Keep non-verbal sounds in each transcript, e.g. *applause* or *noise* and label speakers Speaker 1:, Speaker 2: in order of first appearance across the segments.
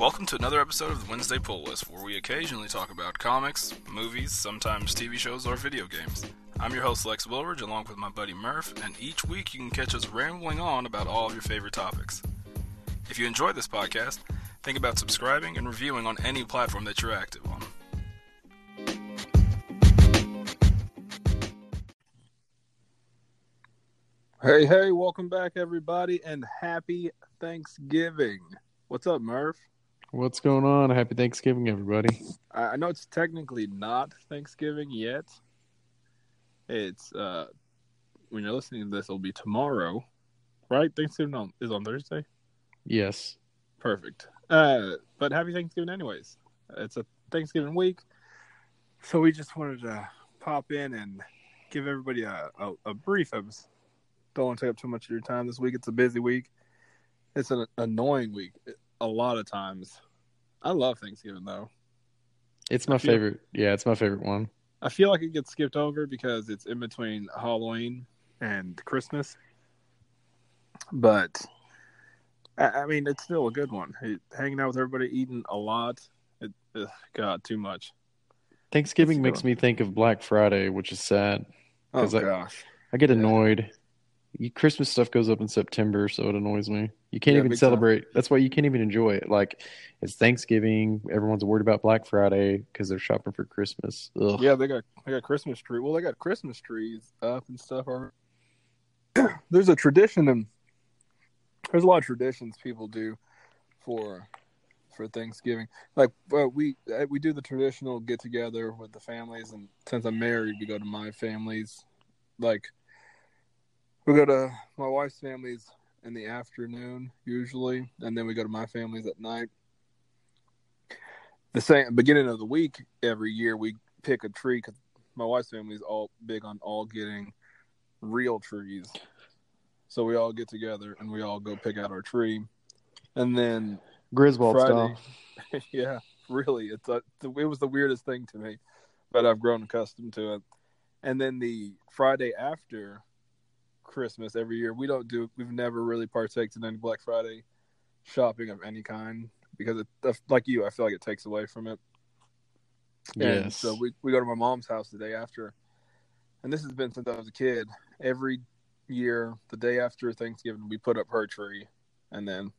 Speaker 1: Welcome to another episode of the Wednesday Pull List, where we occasionally talk about comics, movies, sometimes TV shows, or video games. I'm your host, Lex Wilridge, along with my buddy Murph, and each week you can catch us rambling on about all of your favorite topics. If you enjoyed this podcast, think about subscribing and reviewing on any platform that you're active on.
Speaker 2: Hey, hey, welcome back, everybody, and happy Thanksgiving. What's up, Murph?
Speaker 3: What's going on? Happy Thanksgiving, everybody.
Speaker 2: I I know it's technically not Thanksgiving yet. It's, uh, when you're listening to this, it'll be tomorrow, right? Thanksgiving on, is on Thursday.
Speaker 3: Yes.
Speaker 2: Perfect. Uh, but happy Thanksgiving, anyways. It's a Thanksgiving week, so we just wanted to pop in and give everybody a, a, a brief. I was, don't want to take up too much of your time this week. It's a busy week. It's an annoying week. A lot of times, I love Thanksgiving though.
Speaker 3: It's my
Speaker 2: feel-
Speaker 3: favorite. Yeah, it's my favorite one.
Speaker 2: I feel like it gets skipped over because it's in between Halloween and Christmas. But I, I mean, it's still a good one. It, hanging out with everybody, eating a lot. It, ugh, God, too much.
Speaker 3: Thanksgiving
Speaker 2: It's a
Speaker 3: makes
Speaker 2: good
Speaker 3: me think of Black Friday, which is sad.
Speaker 2: Oh
Speaker 3: 'Cause, like,
Speaker 2: gosh,
Speaker 3: I get
Speaker 2: Yeah.
Speaker 3: annoyed. You- Christmas stuff goes up in September, so it annoys me. You can't
Speaker 2: Yeah,
Speaker 3: even
Speaker 2: big time.
Speaker 3: celebrate. That's why you can't even enjoy it. Like, it's Thanksgiving. Everyone's worried about Black Friday because they're shopping for Christmas. Ugh.
Speaker 2: yeah, they got they got Christmas tree. Well, they got Christmas trees up and stuff. Are *clears throat* there's a tradition and there's a lot of traditions people do for for Thanksgiving. Like uh, we uh, we do the traditional get together with the families, and since I'm married, we go to my family's. Like we go to my wife's family's in the afternoon usually, and then we go to my family's at night. The same beginning of the week every year we pick a tree because my wife's family's all big on all getting real trees. So we all get together and we all go pick out our tree, and then
Speaker 3: Griswold
Speaker 2: Friday.
Speaker 3: style.
Speaker 2: *laughs* yeah, really. It's a, it was the weirdest thing to me, but I've grown accustomed to it. And then the Friday after Christmas every year, we don't do. We've never really partaked in any Black Friday shopping of any kind because it, like you, I feel like it takes away from it. And
Speaker 3: Yes.
Speaker 2: so we, we go to my mom's house the day after. And this has been since I was a kid. Every year, the day after Thanksgiving, we put up her tree. And then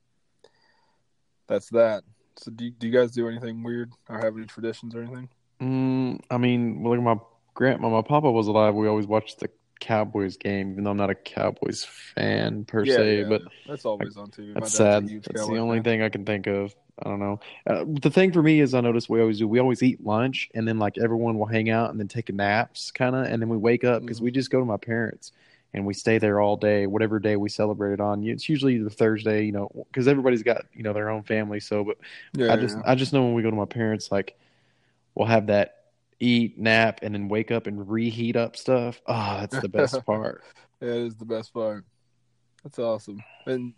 Speaker 2: that's that. So do, do you guys do anything weird or have any traditions or anything?
Speaker 3: Mm, I mean, well, like my grandma, my papa was alive. We always watched the Cowboys game, even though I'm not a Cowboys fan per se. But
Speaker 2: that's always on TV. My
Speaker 3: that's
Speaker 2: dad's a
Speaker 3: sad.
Speaker 2: huge
Speaker 3: That's the
Speaker 2: Cowboy
Speaker 3: only
Speaker 2: fan.
Speaker 3: thing I can think of. I don't know. Uh, the thing for me is, I notice we always do. We always eat lunch, and then like everyone will hang out and then take naps, kind of, and then we wake up because
Speaker 2: Mm.
Speaker 3: we just go to my parents and we stay there all day, whatever day we celebrate it on. It's usually the Thursday, you know, because everybody's got you know their own family. So, but
Speaker 2: Yeah,
Speaker 3: I just
Speaker 2: yeah.
Speaker 3: I just know when we go to my parents, like we'll have that eat, nap, and then wake up and reheat up stuff. Oh, that's
Speaker 2: *laughs*
Speaker 3: the best part.
Speaker 2: Yeah, it is the best part. That's awesome. And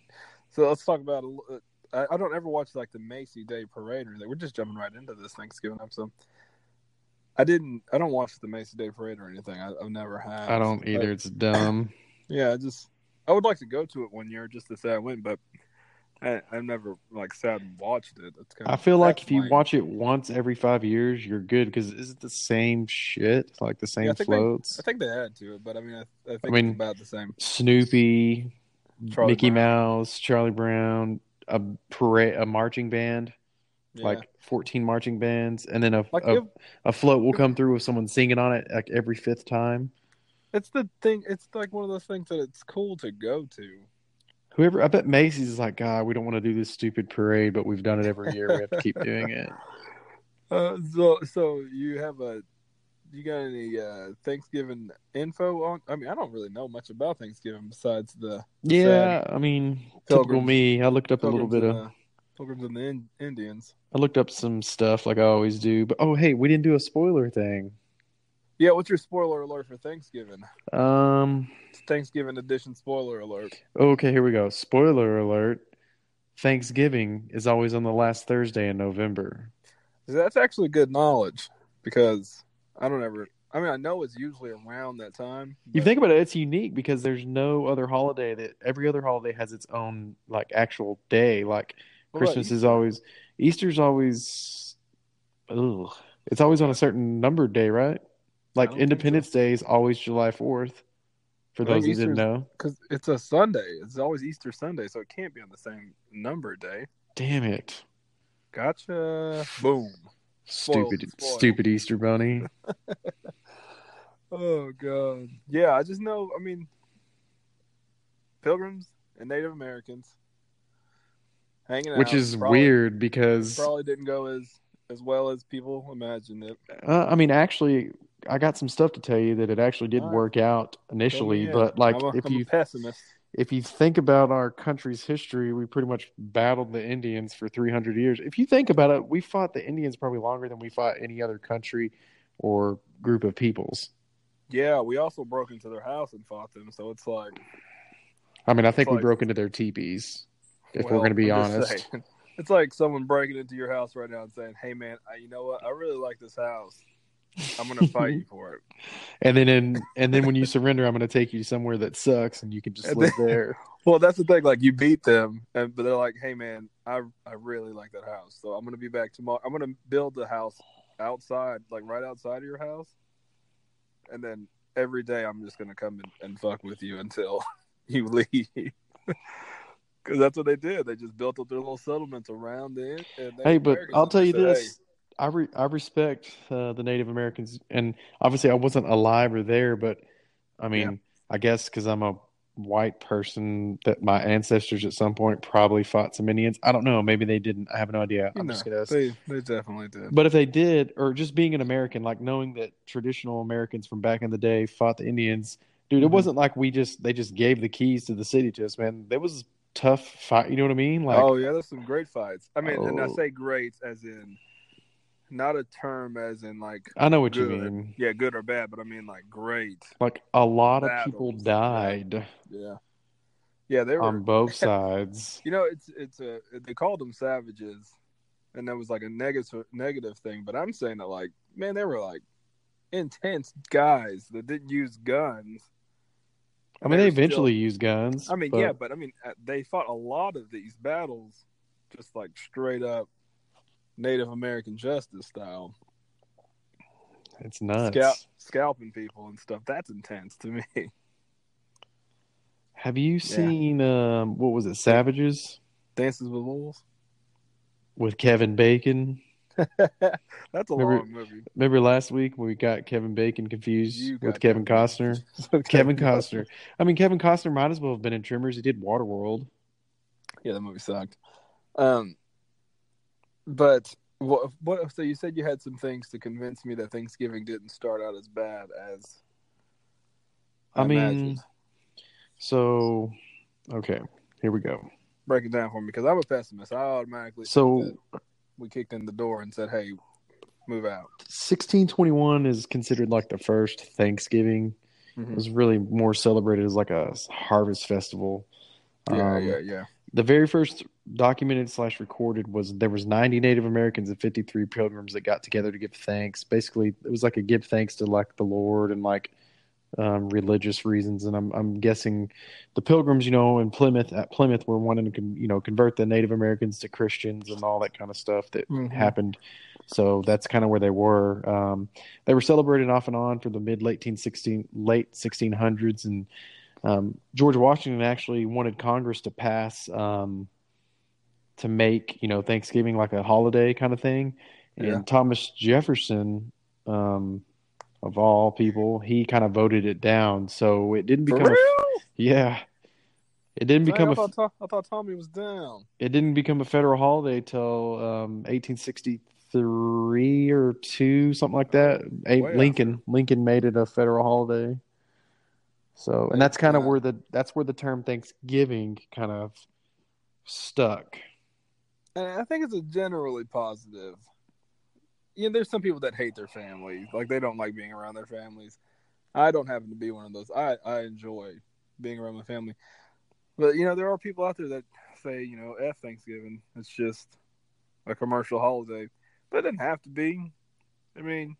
Speaker 2: so let's talk about. a l- uh, I, I don't ever watch like the Macy Day Parade or anything. We're just jumping right into this Thanksgiving episode. I didn't. I don't watch the Macy Day Parade or anything. I, I've never had.
Speaker 3: I don't either. It's dumb.
Speaker 2: But, yeah, I just. I would like to go to it one year just to say I went, but I, I've never like sat and watched it. That's kind
Speaker 3: I
Speaker 2: of.
Speaker 3: feel like
Speaker 2: that's
Speaker 3: if you
Speaker 2: lame.
Speaker 3: watch it once every five years, you're good because is it the same shit? Like the same
Speaker 2: I think they-
Speaker 3: floats?
Speaker 2: I think they add to it, but I mean, I, I think
Speaker 3: mean,
Speaker 2: it's about the same.
Speaker 3: Snoopy,
Speaker 2: Charlie
Speaker 3: Mickey
Speaker 2: Brown.
Speaker 3: Mouse, Charlie Brown, a parade, a marching band,
Speaker 2: Yeah.
Speaker 3: like oh. fourteen marching bands, and then a
Speaker 2: Like,
Speaker 3: a,
Speaker 2: if-
Speaker 3: a float will come through with someone singing on it like every fifth time.
Speaker 2: it's the thing. It's like one of those things that it's cool to go to.
Speaker 3: Whoever, I bet Macy's is like, God, we don't want to do this stupid parade, but we've done it every year. We have to keep
Speaker 2: *laughs*
Speaker 3: doing it.
Speaker 2: Uh, so, so you have a, you got any uh, Thanksgiving info on? I mean, I don't really know much about Thanksgiving besides the
Speaker 3: Yeah, I mean, typical
Speaker 2: Pilgrims-
Speaker 3: me. I looked up a little
Speaker 2: pilgrims
Speaker 3: bit
Speaker 2: and
Speaker 3: of.
Speaker 2: the, pilgrims and the in, Indians.
Speaker 3: I looked up some stuff like I always do, but oh hey, we didn't do a spoiler thing.
Speaker 2: Yeah, what's your spoiler alert for Thanksgiving?
Speaker 3: Um
Speaker 2: It's Thanksgiving edition spoiler alert.
Speaker 3: okay, here we go. Spoiler alert. Thanksgiving is always on the last Thursday in November.
Speaker 2: That's actually good knowledge because I don't ever. I mean, I know it's usually around that time.
Speaker 3: You
Speaker 2: but-
Speaker 3: think about it, it's unique because there's no other holiday that every other holiday has its own like actual day. Like
Speaker 2: What about
Speaker 3: Christmas
Speaker 2: you?
Speaker 3: is always Easter's always, ugh, it's always on a certain numbered day, right? Like
Speaker 2: don't think
Speaker 3: Independence Day is always July Fourth. For
Speaker 2: I think
Speaker 3: those who didn't
Speaker 2: Oh, Easter's-
Speaker 3: know,
Speaker 2: because it's a Sunday. It's always Easter Sunday, so it can't be on the same number day.
Speaker 3: damn it,
Speaker 2: Gotcha. Boom. Spoiled,
Speaker 3: stupid,
Speaker 2: spoiled.
Speaker 3: stupid
Speaker 2: *laughs*
Speaker 3: Easter Bunny.
Speaker 2: Oh god. Yeah, I just know. I mean, Pilgrims and Native Americans hanging out,
Speaker 3: which is
Speaker 2: probably-
Speaker 3: weird because
Speaker 2: Probably didn't go as as well as people imagined it.
Speaker 3: uh, I mean, actually, I got some stuff to tell you that it actually did
Speaker 2: Alright.
Speaker 3: work out initially.
Speaker 2: yeah.
Speaker 3: But like,
Speaker 2: I'm a-
Speaker 3: if
Speaker 2: I'm a
Speaker 3: you
Speaker 2: pessimist,
Speaker 3: if you think about our country's history, we pretty much battled the Indians for 300 years. If you think about it, we fought the Indians probably longer than we fought any other country or group of peoples.
Speaker 2: yeah, we also broke into their house and fought them, so it's like
Speaker 3: I mean, I think we
Speaker 2: Like-
Speaker 3: broke into their teepees, if
Speaker 2: well,
Speaker 3: we're going to be
Speaker 2: I'm just
Speaker 3: honest.
Speaker 2: saying. *laughs* It's like someone breaking into your house right now and saying, "Hey, man, I, you know what? I really like this house. I'm gonna fight
Speaker 3: *laughs*
Speaker 2: you for it."
Speaker 3: And then, in, and then when you surrender, I'm going to take you somewhere that sucks, and you can just
Speaker 2: And
Speaker 3: live
Speaker 2: then-
Speaker 3: there.
Speaker 2: Well, that's the thing. Like you beat them, and, but they're like, "Hey, man, I I really like that house, so I'm gonna be back tomorrow. I'm gonna build the house outside, like right outside of your house, and then every day I'm just gonna come and, and fuck with you until *laughs* you leave." *laughs* Because that's what they did. They just built up their little settlements around it. And they
Speaker 3: Hey, but
Speaker 2: Americans
Speaker 3: I'll tell you
Speaker 2: said, "Hey,
Speaker 3: this: I re- I respect uh, the Native Americans, and obviously I wasn't alive or there, but I mean, I guess because I'm a white person, that my ancestors at some point probably fought some Indians. I don't know. Maybe they didn't. I have no idea.
Speaker 2: You
Speaker 3: I'm
Speaker 2: know,
Speaker 3: just gonna.
Speaker 2: they, they definitely did.
Speaker 3: But if they did, or just being an American, like knowing that traditional Americans from back in the day fought the Indians, dude, it
Speaker 2: Mhm.
Speaker 3: wasn't like we just they just gave the keys to the city to us, man. That was a tough fight. You know what I mean? Like,
Speaker 2: oh yeah, there's some great fights. I mean, and I
Speaker 3: Oh.
Speaker 2: say great as in not a term as in like
Speaker 3: I know what you
Speaker 2: Good.
Speaker 3: mean.
Speaker 2: yeah, good or bad, but I mean like great.
Speaker 3: Like a lot of people
Speaker 2: Battles.
Speaker 3: died.
Speaker 2: Yeah, *laughs* yeah, they were.
Speaker 3: on both sides.
Speaker 2: you know, it's it's a they called them savages, and that was like a negative negative thing. But I'm saying that like man, they were like intense guys that didn't use guns.
Speaker 3: I mean, they
Speaker 2: were still-
Speaker 3: eventually used guns.
Speaker 2: I mean,
Speaker 3: but
Speaker 2: yeah, but I mean, uh, they fought a lot of these battles, just like straight up Native American justice style,
Speaker 3: it's nuts.
Speaker 2: scalp, scalping people and stuff. That's intense to me. *laughs*
Speaker 3: Have you seen um, what was it, Savages
Speaker 2: Dances with Wolves.
Speaker 3: with Kevin Bacon?
Speaker 2: That's a
Speaker 3: Remember-
Speaker 2: long *laughs* movie.
Speaker 3: Remember last week we got Kevin Bacon confused
Speaker 2: You
Speaker 3: with
Speaker 2: got
Speaker 3: Kevin
Speaker 2: Kevin
Speaker 3: Costner? *laughs* Kevin Costner. I mean, Kevin Costner might as well have been in Tremors. He did Waterworld.
Speaker 2: Yeah, that movie sucked. Um, but what? What? So you said you had some things to convince me that Thanksgiving didn't start out as bad as.
Speaker 3: I mean-
Speaker 2: imagined.
Speaker 3: So, okay, here we go.
Speaker 2: break it down for me because I'm a pessimist. I automatically
Speaker 3: So,
Speaker 2: we kicked in the door and said, "Hey, move out."
Speaker 3: sixteen twenty one is considered like the first Thanksgiving.
Speaker 2: Mm-hmm.
Speaker 3: It was really more celebrated as like a harvest festival.
Speaker 2: Yeah,
Speaker 3: Um,
Speaker 2: yeah, yeah.
Speaker 3: the very first documented slash recorded was there was 90 native americans and 53 pilgrims that got together to give thanks basically it was like a give thanks to like the lord and like um, religious reasons and I'm, I'm guessing the pilgrims you know in plymouth at plymouth were wanting to con- you know convert the native americans to christians and all that kind of stuff that
Speaker 2: Mhm.
Speaker 3: happened so that's kind of where they were um, they were celebrated off and on for the mid late 16 late 1600s and um, George Washington actually wanted Congress to pass um, to make you know Thanksgiving like a holiday kind of thing, and
Speaker 2: Yeah.
Speaker 3: Thomas Jefferson, um, of all people, he kind of voted it down, so it didn't
Speaker 2: For
Speaker 3: become a,
Speaker 2: real?
Speaker 3: yeah, it didn't
Speaker 2: Dang,
Speaker 3: become
Speaker 2: I,
Speaker 3: a
Speaker 2: thought, Tom- I thought Tommy was down.
Speaker 3: it didn't become a federal holiday till um, 1863 or two, something like that. A-
Speaker 2: Way after.
Speaker 3: Lincoln Lincoln made it a federal holiday. So, and that's kind of
Speaker 2: Yeah.
Speaker 3: where the that's where the term Thanksgiving kind of stuck.
Speaker 2: And I think it's a generally positive. You know, there's some people that hate their families, like they don't like being around their families. I don't happen to be one of those. I I enjoy being around my family, but you know there are people out there that say you know f Thanksgiving. It's just a commercial holiday, but it doesn't have to be. I mean,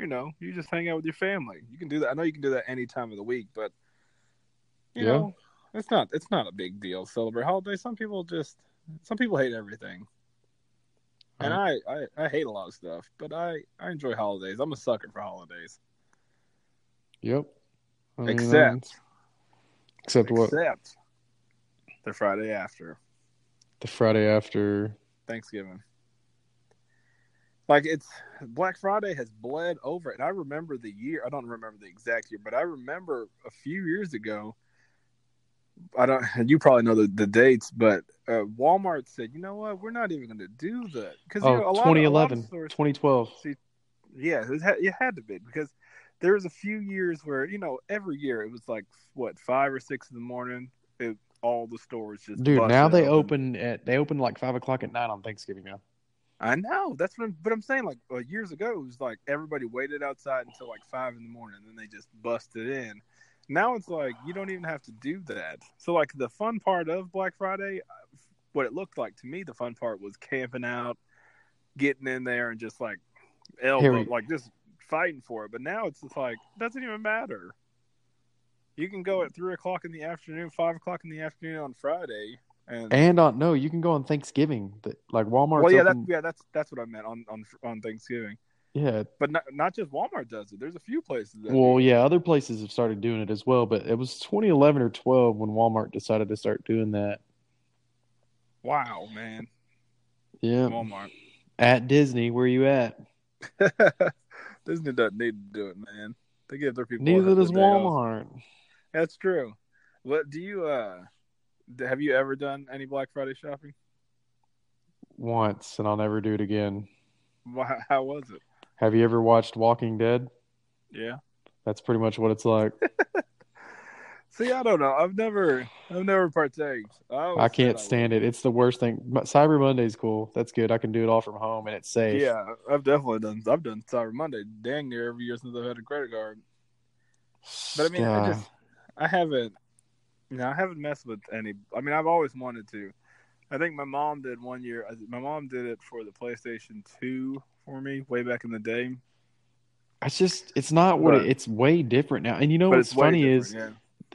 Speaker 2: you know, you just hang out with your family. You can do that. I know you can do that any time of the week, but you
Speaker 3: Yeah.
Speaker 2: know, it's not it's not a big deal. to Celebrate holiday. Some people just some people hate everything. And I, I, I hate a lot of stuff, but I, I enjoy holidays. I'm a sucker for holidays.
Speaker 3: Yep. I mean, um,
Speaker 2: Except
Speaker 3: except what
Speaker 2: except the Friday after
Speaker 3: the Friday after.
Speaker 2: Thanksgiving. Like it's Black Friday has bled over, and I remember the year. I don't remember the exact year, but I remember a few years ago. I don't. You probably know the, the dates, but uh, Walmart said, "You know what? We're not even going to do that because
Speaker 3: Oh,
Speaker 2: you know, a lot of- a lot of
Speaker 3: 2011,
Speaker 2: stores-
Speaker 3: 2012.
Speaker 2: yeah, it, had, it had to be because there was a few years where you know every year it was like what five or six in the morning. It, all the stores just
Speaker 3: Dude, now
Speaker 2: busted
Speaker 3: they open at they open like five o'clock at night on Thanksgiving now.
Speaker 2: I know that's what I'm, but I'm saying like uh, years ago it was like everybody waited outside until like five in the morning, and then they just busted in. Now it's like you don't even have to do that. So like the fun part of Black Friday, uh, what it looked like to me, the fun part was camping out, getting in there, and just like elbow,
Speaker 3: Here we-
Speaker 2: like just fighting for it. But now it's just like doesn't even matter. You can go at three o'clock in the afternoon, five o'clock in the afternoon on Friday, and
Speaker 3: And on no, you can go on Thanksgiving. The- Like Walmart.
Speaker 2: well, yeah, that's
Speaker 3: open,
Speaker 2: yeah, that's that's what I meant on on on Thanksgiving.
Speaker 3: yeah.
Speaker 2: But not, not just Walmart does it. There's a few places. That
Speaker 3: Well, yeah, other places have started doing it as well, but it was 2011 or 12 when Walmart decided to start doing that.
Speaker 2: Wow, man.
Speaker 3: Yeah,
Speaker 2: Walmart. *laughs*
Speaker 3: at Disney, where you at?
Speaker 2: Disney doesn't need to do it, man. They give their people.
Speaker 3: Neither
Speaker 2: the
Speaker 3: does
Speaker 2: day off.
Speaker 3: Walmart.
Speaker 2: That's true. What do you uh? d- Have you ever done any Black Friday shopping?
Speaker 3: Once, and I'll never do it again.
Speaker 2: Wha- How was it?
Speaker 3: Have you ever watched Walking Dead?
Speaker 2: Yeah.
Speaker 3: That's pretty much what
Speaker 2: *laughs*
Speaker 3: it's like.
Speaker 2: See, I don't know. I've never, I've never partaked. Oh, I, always
Speaker 3: I
Speaker 2: said
Speaker 3: can't stand it. It's the worst thing. But Cyber Monday's cool. That's good. I can do it all from home, and it's
Speaker 2: would.
Speaker 3: safe.
Speaker 2: Yeah, I've definitely done. I've done Cyber Monday, dang near every year since I've had a credit card. But I mean, I
Speaker 3: Yeah.
Speaker 2: just I haven't, you know, I haven't messed with any. I mean, I've always wanted to. I think my mom did one year. I- My mom did it for the PlayStation Two for me way back in the day.
Speaker 3: uh, it's just it's not what
Speaker 2: But-
Speaker 3: it, it's way different now. And you know what's
Speaker 2: way
Speaker 3: funny
Speaker 2: different,
Speaker 3: is
Speaker 2: yeah.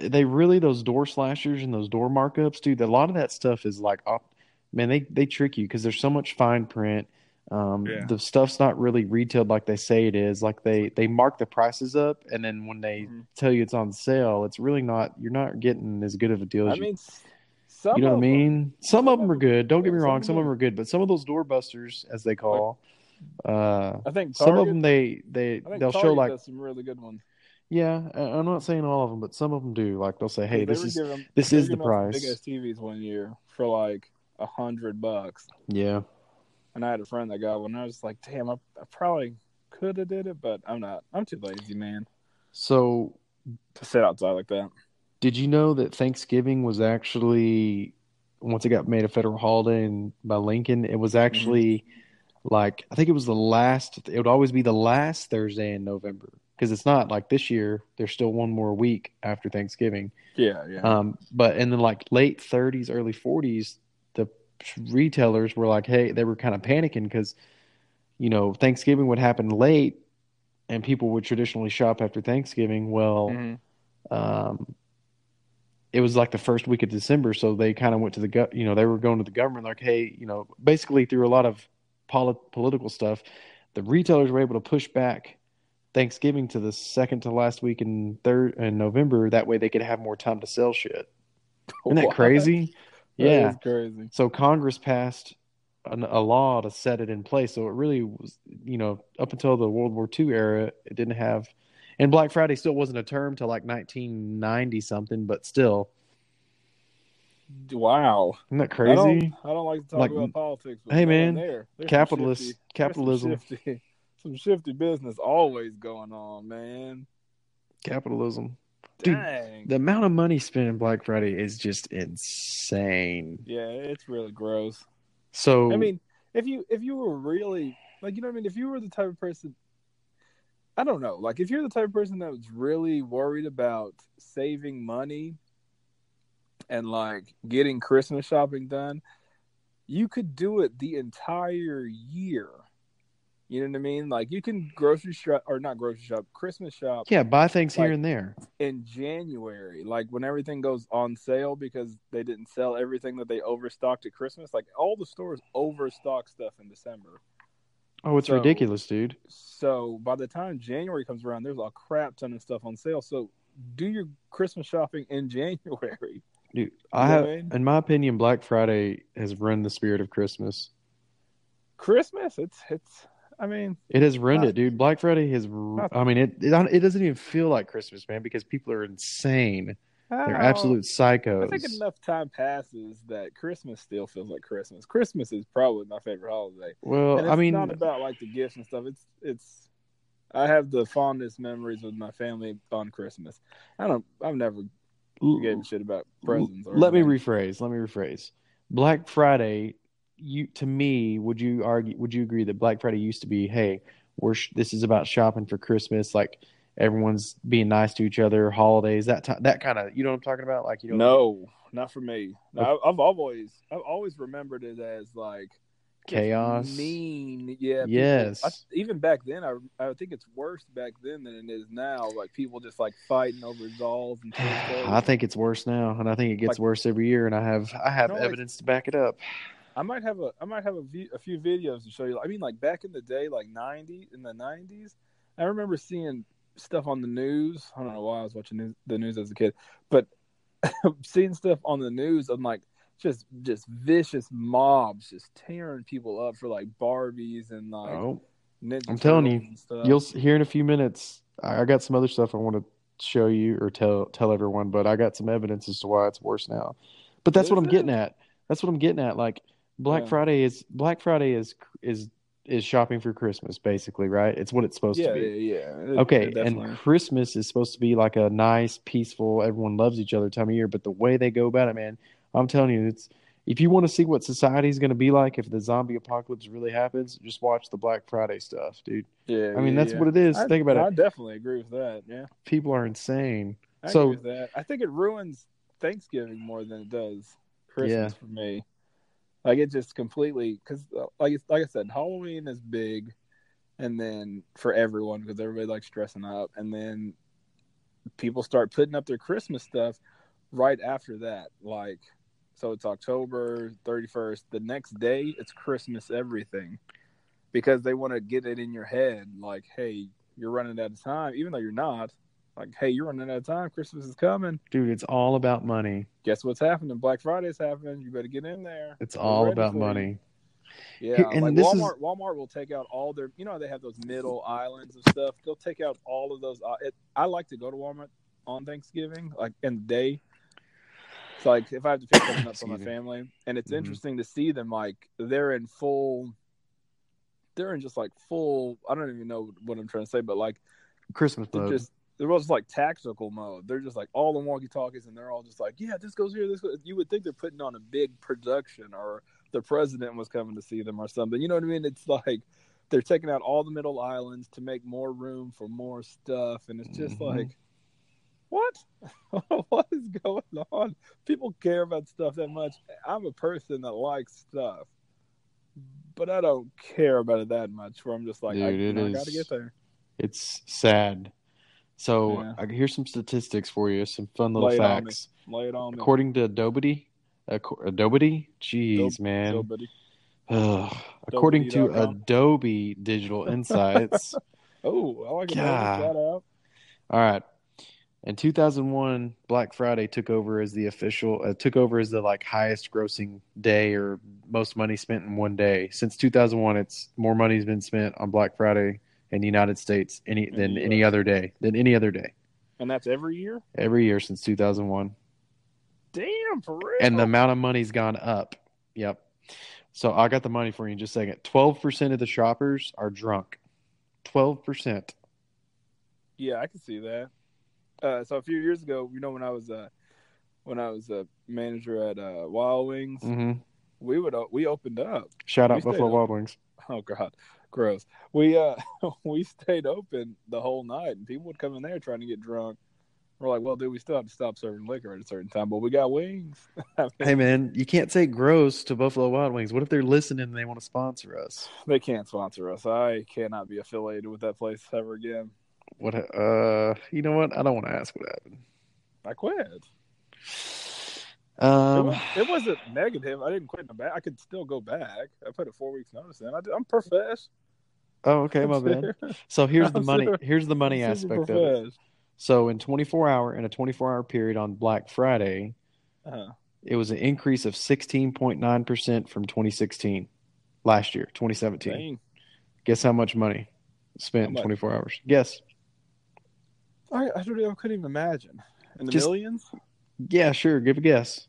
Speaker 3: they really those door slashers and those door markups, dude. A lot of that stuff is like, op- man, they they trick you because there's so much fine print. Um,
Speaker 2: Yeah.
Speaker 3: the stuff's not really retailed like they say it is. Like they they mark the prices up, and then when they
Speaker 2: Mhm.
Speaker 3: tell you it's on sale, it's really not. You're not getting as good of a deal as
Speaker 2: I
Speaker 3: you
Speaker 2: mean, s- some
Speaker 3: you know what I
Speaker 2: of them-
Speaker 3: mean? Some of them are good. Don't get me
Speaker 2: Yeah, some
Speaker 3: wrong.
Speaker 2: of
Speaker 3: Some of them are good, but some of those doorbusters, as they call, uh,
Speaker 2: I think
Speaker 3: some of
Speaker 2: Target-
Speaker 3: them they they
Speaker 2: I think
Speaker 3: they'll show
Speaker 2: Target
Speaker 3: like
Speaker 2: does some really good ones.
Speaker 3: yeah. I- I'm not saying all of them, but some of them do. Like they'll say, hey,
Speaker 2: They
Speaker 3: this
Speaker 2: were
Speaker 3: is
Speaker 2: giving-
Speaker 3: this
Speaker 2: they were
Speaker 3: is the
Speaker 2: giving us
Speaker 3: price.
Speaker 2: Big ass TVs one year for like a hundred bucks,
Speaker 3: yeah.
Speaker 2: and I had a friend that got one. And I was like, damn, I, I probably could have did it, but I'm not. I'm too lazy, man,
Speaker 3: So
Speaker 2: to sit outside like that.
Speaker 3: did you know that Thanksgiving was actually once it got made a federal holiday and by Lincoln, it was actually like I think it was the last. It would always be the last Thursday in November because it's not like this year. There's still one more week after Thanksgiving.
Speaker 2: Yeah, yeah.
Speaker 3: Um, but in the like late 30s, early 40s, the retailers were like, hey, they were kind of panicking because, you know, Thanksgiving would happen late, and people would traditionally shop after Thanksgiving. Well,
Speaker 2: Mhm.
Speaker 3: um, it was like the first week of December, so they kind of went to the gut. You know, they were going to the government like, hey, you know, basically through a lot of poli- political stuff, the retailers were able to push back Thanksgiving to the second to last week in third in November. That way, they could have more time to sell shit. Isn't that
Speaker 2: What?
Speaker 3: crazy?
Speaker 2: *laughs* That
Speaker 3: yeah.
Speaker 2: is crazy.
Speaker 3: So Congress passed an, a law to set it in place. So it really was, you know, up until the World War II era, it didn't have, and Black Friday still wasn't a term till like 1990 something, but still,
Speaker 2: Wow.
Speaker 3: isn't that
Speaker 2: I don't,
Speaker 3: crazy?
Speaker 2: I don't like to talk
Speaker 3: Like,
Speaker 2: about politics. But
Speaker 3: hey, man,
Speaker 2: there, there's some
Speaker 3: Capitalist,
Speaker 2: shifty- there's some
Speaker 3: capitalism,
Speaker 2: shifty- *laughs* some shifty business always going on, man.
Speaker 3: capitalism. Dude,
Speaker 2: Dang.
Speaker 3: The amount of money spent in Black Friday is just insane.
Speaker 2: yeah, it's really gross.
Speaker 3: So
Speaker 2: I mean, if you if you were really like you know what I mean, if you were the type of person I don't know, like if you're the type of person that was really worried about saving money and like getting Christmas shopping done, you could do it the entire year. You know what I mean? Like you can grocery shop or not grocery shop, Christmas shop
Speaker 3: Yeah, buy things
Speaker 2: Like-
Speaker 3: here and there.
Speaker 2: in January, like when everything goes on sale because they didn't sell everything that they overstocked at Christmas. Like all the stores overstock stuff in December.
Speaker 3: Oh, it's
Speaker 2: So-
Speaker 3: ridiculous, dude.
Speaker 2: So by the time January comes around, there's a crap ton of stuff on sale. So do your Christmas shopping in *laughs* January.
Speaker 3: Dude, I
Speaker 2: know
Speaker 3: have,
Speaker 2: what I mean?
Speaker 3: in my opinion, Black Friday has ruined the spirit of Christmas.
Speaker 2: Christmas, it's it's. I mean,
Speaker 3: It has ruined
Speaker 2: Not-
Speaker 3: it, dude. Black Friday has. ru-
Speaker 2: Not-
Speaker 3: I mean, it, it it doesn't even feel like Christmas, man, because people are insane. They're
Speaker 2: I don't-
Speaker 3: absolute
Speaker 2: I
Speaker 3: psychos.
Speaker 2: think enough time passes that Christmas still feels like Christmas. Christmas is probably my favorite holiday.
Speaker 3: Well,
Speaker 2: and
Speaker 3: I
Speaker 2: it's
Speaker 3: mean,
Speaker 2: not about like the gifts and stuff. It's it's. I have the fondest memories with my family on Christmas. I don't. I've never
Speaker 3: l-
Speaker 2: given a shit about presents. Or
Speaker 3: let me
Speaker 2: anything.
Speaker 3: rephrase. Let me rephrase. Black Friday, you to me, would you argue? Would you agree that Black Friday used to be, hey, we're sh- this is about shopping for Christmas, like everyone's being nice to each other, holidays, that ti that kind of, you know what I'm talking about? Like you know,
Speaker 2: No, not for me. No, I, I've always I've always remembered it as like just
Speaker 3: Chaos.
Speaker 2: mean. Yeah. people-
Speaker 3: Yes.
Speaker 2: I, even back then, I I think it's worse back then than it is now. Like people just like fighting over dolls and. things.
Speaker 3: *sighs* *sighs* I think it's worse now, and I think it gets
Speaker 2: Like-
Speaker 3: worse every year, and I have I have
Speaker 2: No, it's-
Speaker 3: evidence to back it up.
Speaker 2: I might have a I might have a, vi- a few videos to show you. I mean, like back in the day, like ninety in the nineties, I remember seeing stuff on the news. I don't know why I was watching news, the news as a kid, but *laughs* seeing stuff on the news of like just just vicious mobs just tearing people up for like Barbies and like
Speaker 3: Oh,
Speaker 2: Ninja
Speaker 3: I'm telling you,
Speaker 2: Turtles and stuff.
Speaker 3: you'll s- hear in a few minutes. I I got some other stuff I want to show you or tell tell everyone, but I got some evidence as to why it's worse now. But that's what
Speaker 2: Is
Speaker 3: I'm getting at. That's what I'm getting at. Like Black
Speaker 2: Yeah.
Speaker 3: Friday is Black Friday is is is shopping for Christmas, basically, right? It's what it's supposed
Speaker 2: yeah,
Speaker 3: to be.
Speaker 2: yeah, yeah. It-
Speaker 3: Okay,
Speaker 2: it
Speaker 3: and
Speaker 2: definitely-
Speaker 3: Christmas is supposed to be like a nice, peaceful, everyone loves each other time of year. But the way they go about it, man, I'm telling you, it's if you want to see what society's going to be like if the zombie apocalypse really happens, just watch the Black Friday stuff, dude.
Speaker 2: yeah,
Speaker 3: I mean, that's what it is. Think about
Speaker 2: I
Speaker 3: it.
Speaker 2: definitely agree with that. Yeah.
Speaker 3: People are insane.
Speaker 2: I
Speaker 3: So-
Speaker 2: agree with that. I think it ruins Thanksgiving more than it does Christmas for me. Like it just completely because, like it's- like I said, Halloween is big, and then for everyone because everybody likes dressing up, and then people start putting up their Christmas stuff right after that. Like, so it's October thirty first. The next day, it's Christmas everything because they want to get it in your head. Like, hey, you're running out of time, even though you're not like, hey, you're running out of time. Christmas is coming.
Speaker 3: Dude, it's all about money.
Speaker 2: Guess what's happening? Black Friday's happening. You better get in there.
Speaker 3: It's
Speaker 2: We're
Speaker 3: all
Speaker 2: ready
Speaker 3: about
Speaker 2: for you.
Speaker 3: money.
Speaker 2: Yeah,
Speaker 3: and
Speaker 2: like
Speaker 3: this is-
Speaker 2: Walmart. Walmart will take out all their. You know, they have those middle islands of stuff. They'll take out all of those. uh, It, I like to go to Walmart on Thanksgiving, like in the day. It's like if I have to pick something up for my
Speaker 3: Excuse me.
Speaker 2: family, and it's
Speaker 3: Mhm.
Speaker 2: interesting to see them like they're in full. They're in just like full. I don't even know what I'm trying to say, but like
Speaker 3: Christmas
Speaker 2: they're
Speaker 3: mode.
Speaker 2: just they're all just like tactical mode. They're just like all the walkie talkies, and they're all just like, yeah, this goes here, this. Goes. You would think they're putting on a big production, or the president was coming to see them, or something. You know what I mean? It's like they're taking out all the middle islands to make more room for more stuff, and it's just
Speaker 3: Mhm.
Speaker 2: like, what? *laughs* what is going on? People care about stuff that much. I'm a person that likes stuff, but I don't care about it that much. Where I'm just like, I,
Speaker 3: Dude, it
Speaker 2: you know, I
Speaker 3: is-
Speaker 2: gotta get there.
Speaker 3: It's sad. So
Speaker 2: Yeah.
Speaker 3: I here's some statistics for you, some fun little
Speaker 2: Lay it on me.
Speaker 3: facts.
Speaker 2: Lay it on me.
Speaker 3: According to Adobe, Acco- Adobe, jeez, man.
Speaker 2: So, buddy.
Speaker 3: Ugh. According to
Speaker 2: Adobe.com.
Speaker 3: Adobe Digital
Speaker 2: *laughs*
Speaker 3: Insights,
Speaker 2: Oh, I like it.
Speaker 3: God.
Speaker 2: Shout out.
Speaker 3: all right. In 2001, Black Friday took over as the official, uh, took over as the like highest grossing day or most money spent in one day. Since 2001, it's more money's been spent on Black Friday in the United States any
Speaker 2: In
Speaker 3: than
Speaker 2: the
Speaker 3: any
Speaker 2: US.
Speaker 3: other day than any other day
Speaker 2: And that's every year?
Speaker 3: every year since 2001.
Speaker 2: Damn, for real.
Speaker 3: and the amount of money's gone up. Yep. So I got the money for you in just a second. Twelve percent of the shoppers are drunk. Twelve percent.
Speaker 2: Yeah, I can see that. Uh, so a few years ago, you know, when I was uh, when I was a manager at uh, Wild Wings,
Speaker 3: Mm-hmm.
Speaker 2: we would uh, we opened up. *laughs*
Speaker 3: Shout
Speaker 2: We
Speaker 3: out
Speaker 2: stayed
Speaker 3: Buffalo
Speaker 2: up.
Speaker 3: Wild Wings.
Speaker 2: Oh God, gross. *laughs* We uh we stayed open the whole night, and people would come in there trying to get drunk. We're like, well, dude, we still have to stop serving liquor at a certain time, but we got wings. I mean,
Speaker 3: Hey man, you can't say gross to Buffalo Wild Wings. What if they're listening and they want to sponsor us?
Speaker 2: They can't sponsor us. I cannot be affiliated with that place ever again.
Speaker 3: What? Uh, you know what? I don't want to ask what happened.
Speaker 2: I quit. it,
Speaker 3: Um,
Speaker 2: was,
Speaker 3: *sighs*
Speaker 2: it wasn't negative. I didn't quit in the back. I could still go back. I put a four weeks notice in. I, am profesh.
Speaker 3: oh, okay, my bad. So here's the
Speaker 2: I'm
Speaker 3: money.
Speaker 2: sorry.
Speaker 3: Here's the money
Speaker 2: I'm super
Speaker 3: aspect of it.
Speaker 2: profesh.
Speaker 3: So in 24 hour in a 24 hour period on Black Friday,
Speaker 2: Uh-huh.
Speaker 3: it was an increase of 16.9 percent from 2016, last year, 2017.
Speaker 2: Dang.
Speaker 3: Guess how much money spent
Speaker 2: How
Speaker 3: in
Speaker 2: much?
Speaker 3: 24 hours? Guess.
Speaker 2: I, I, don't, I couldn't even imagine. In the
Speaker 3: Just-
Speaker 2: millions?
Speaker 3: Yeah, sure. Give a guess.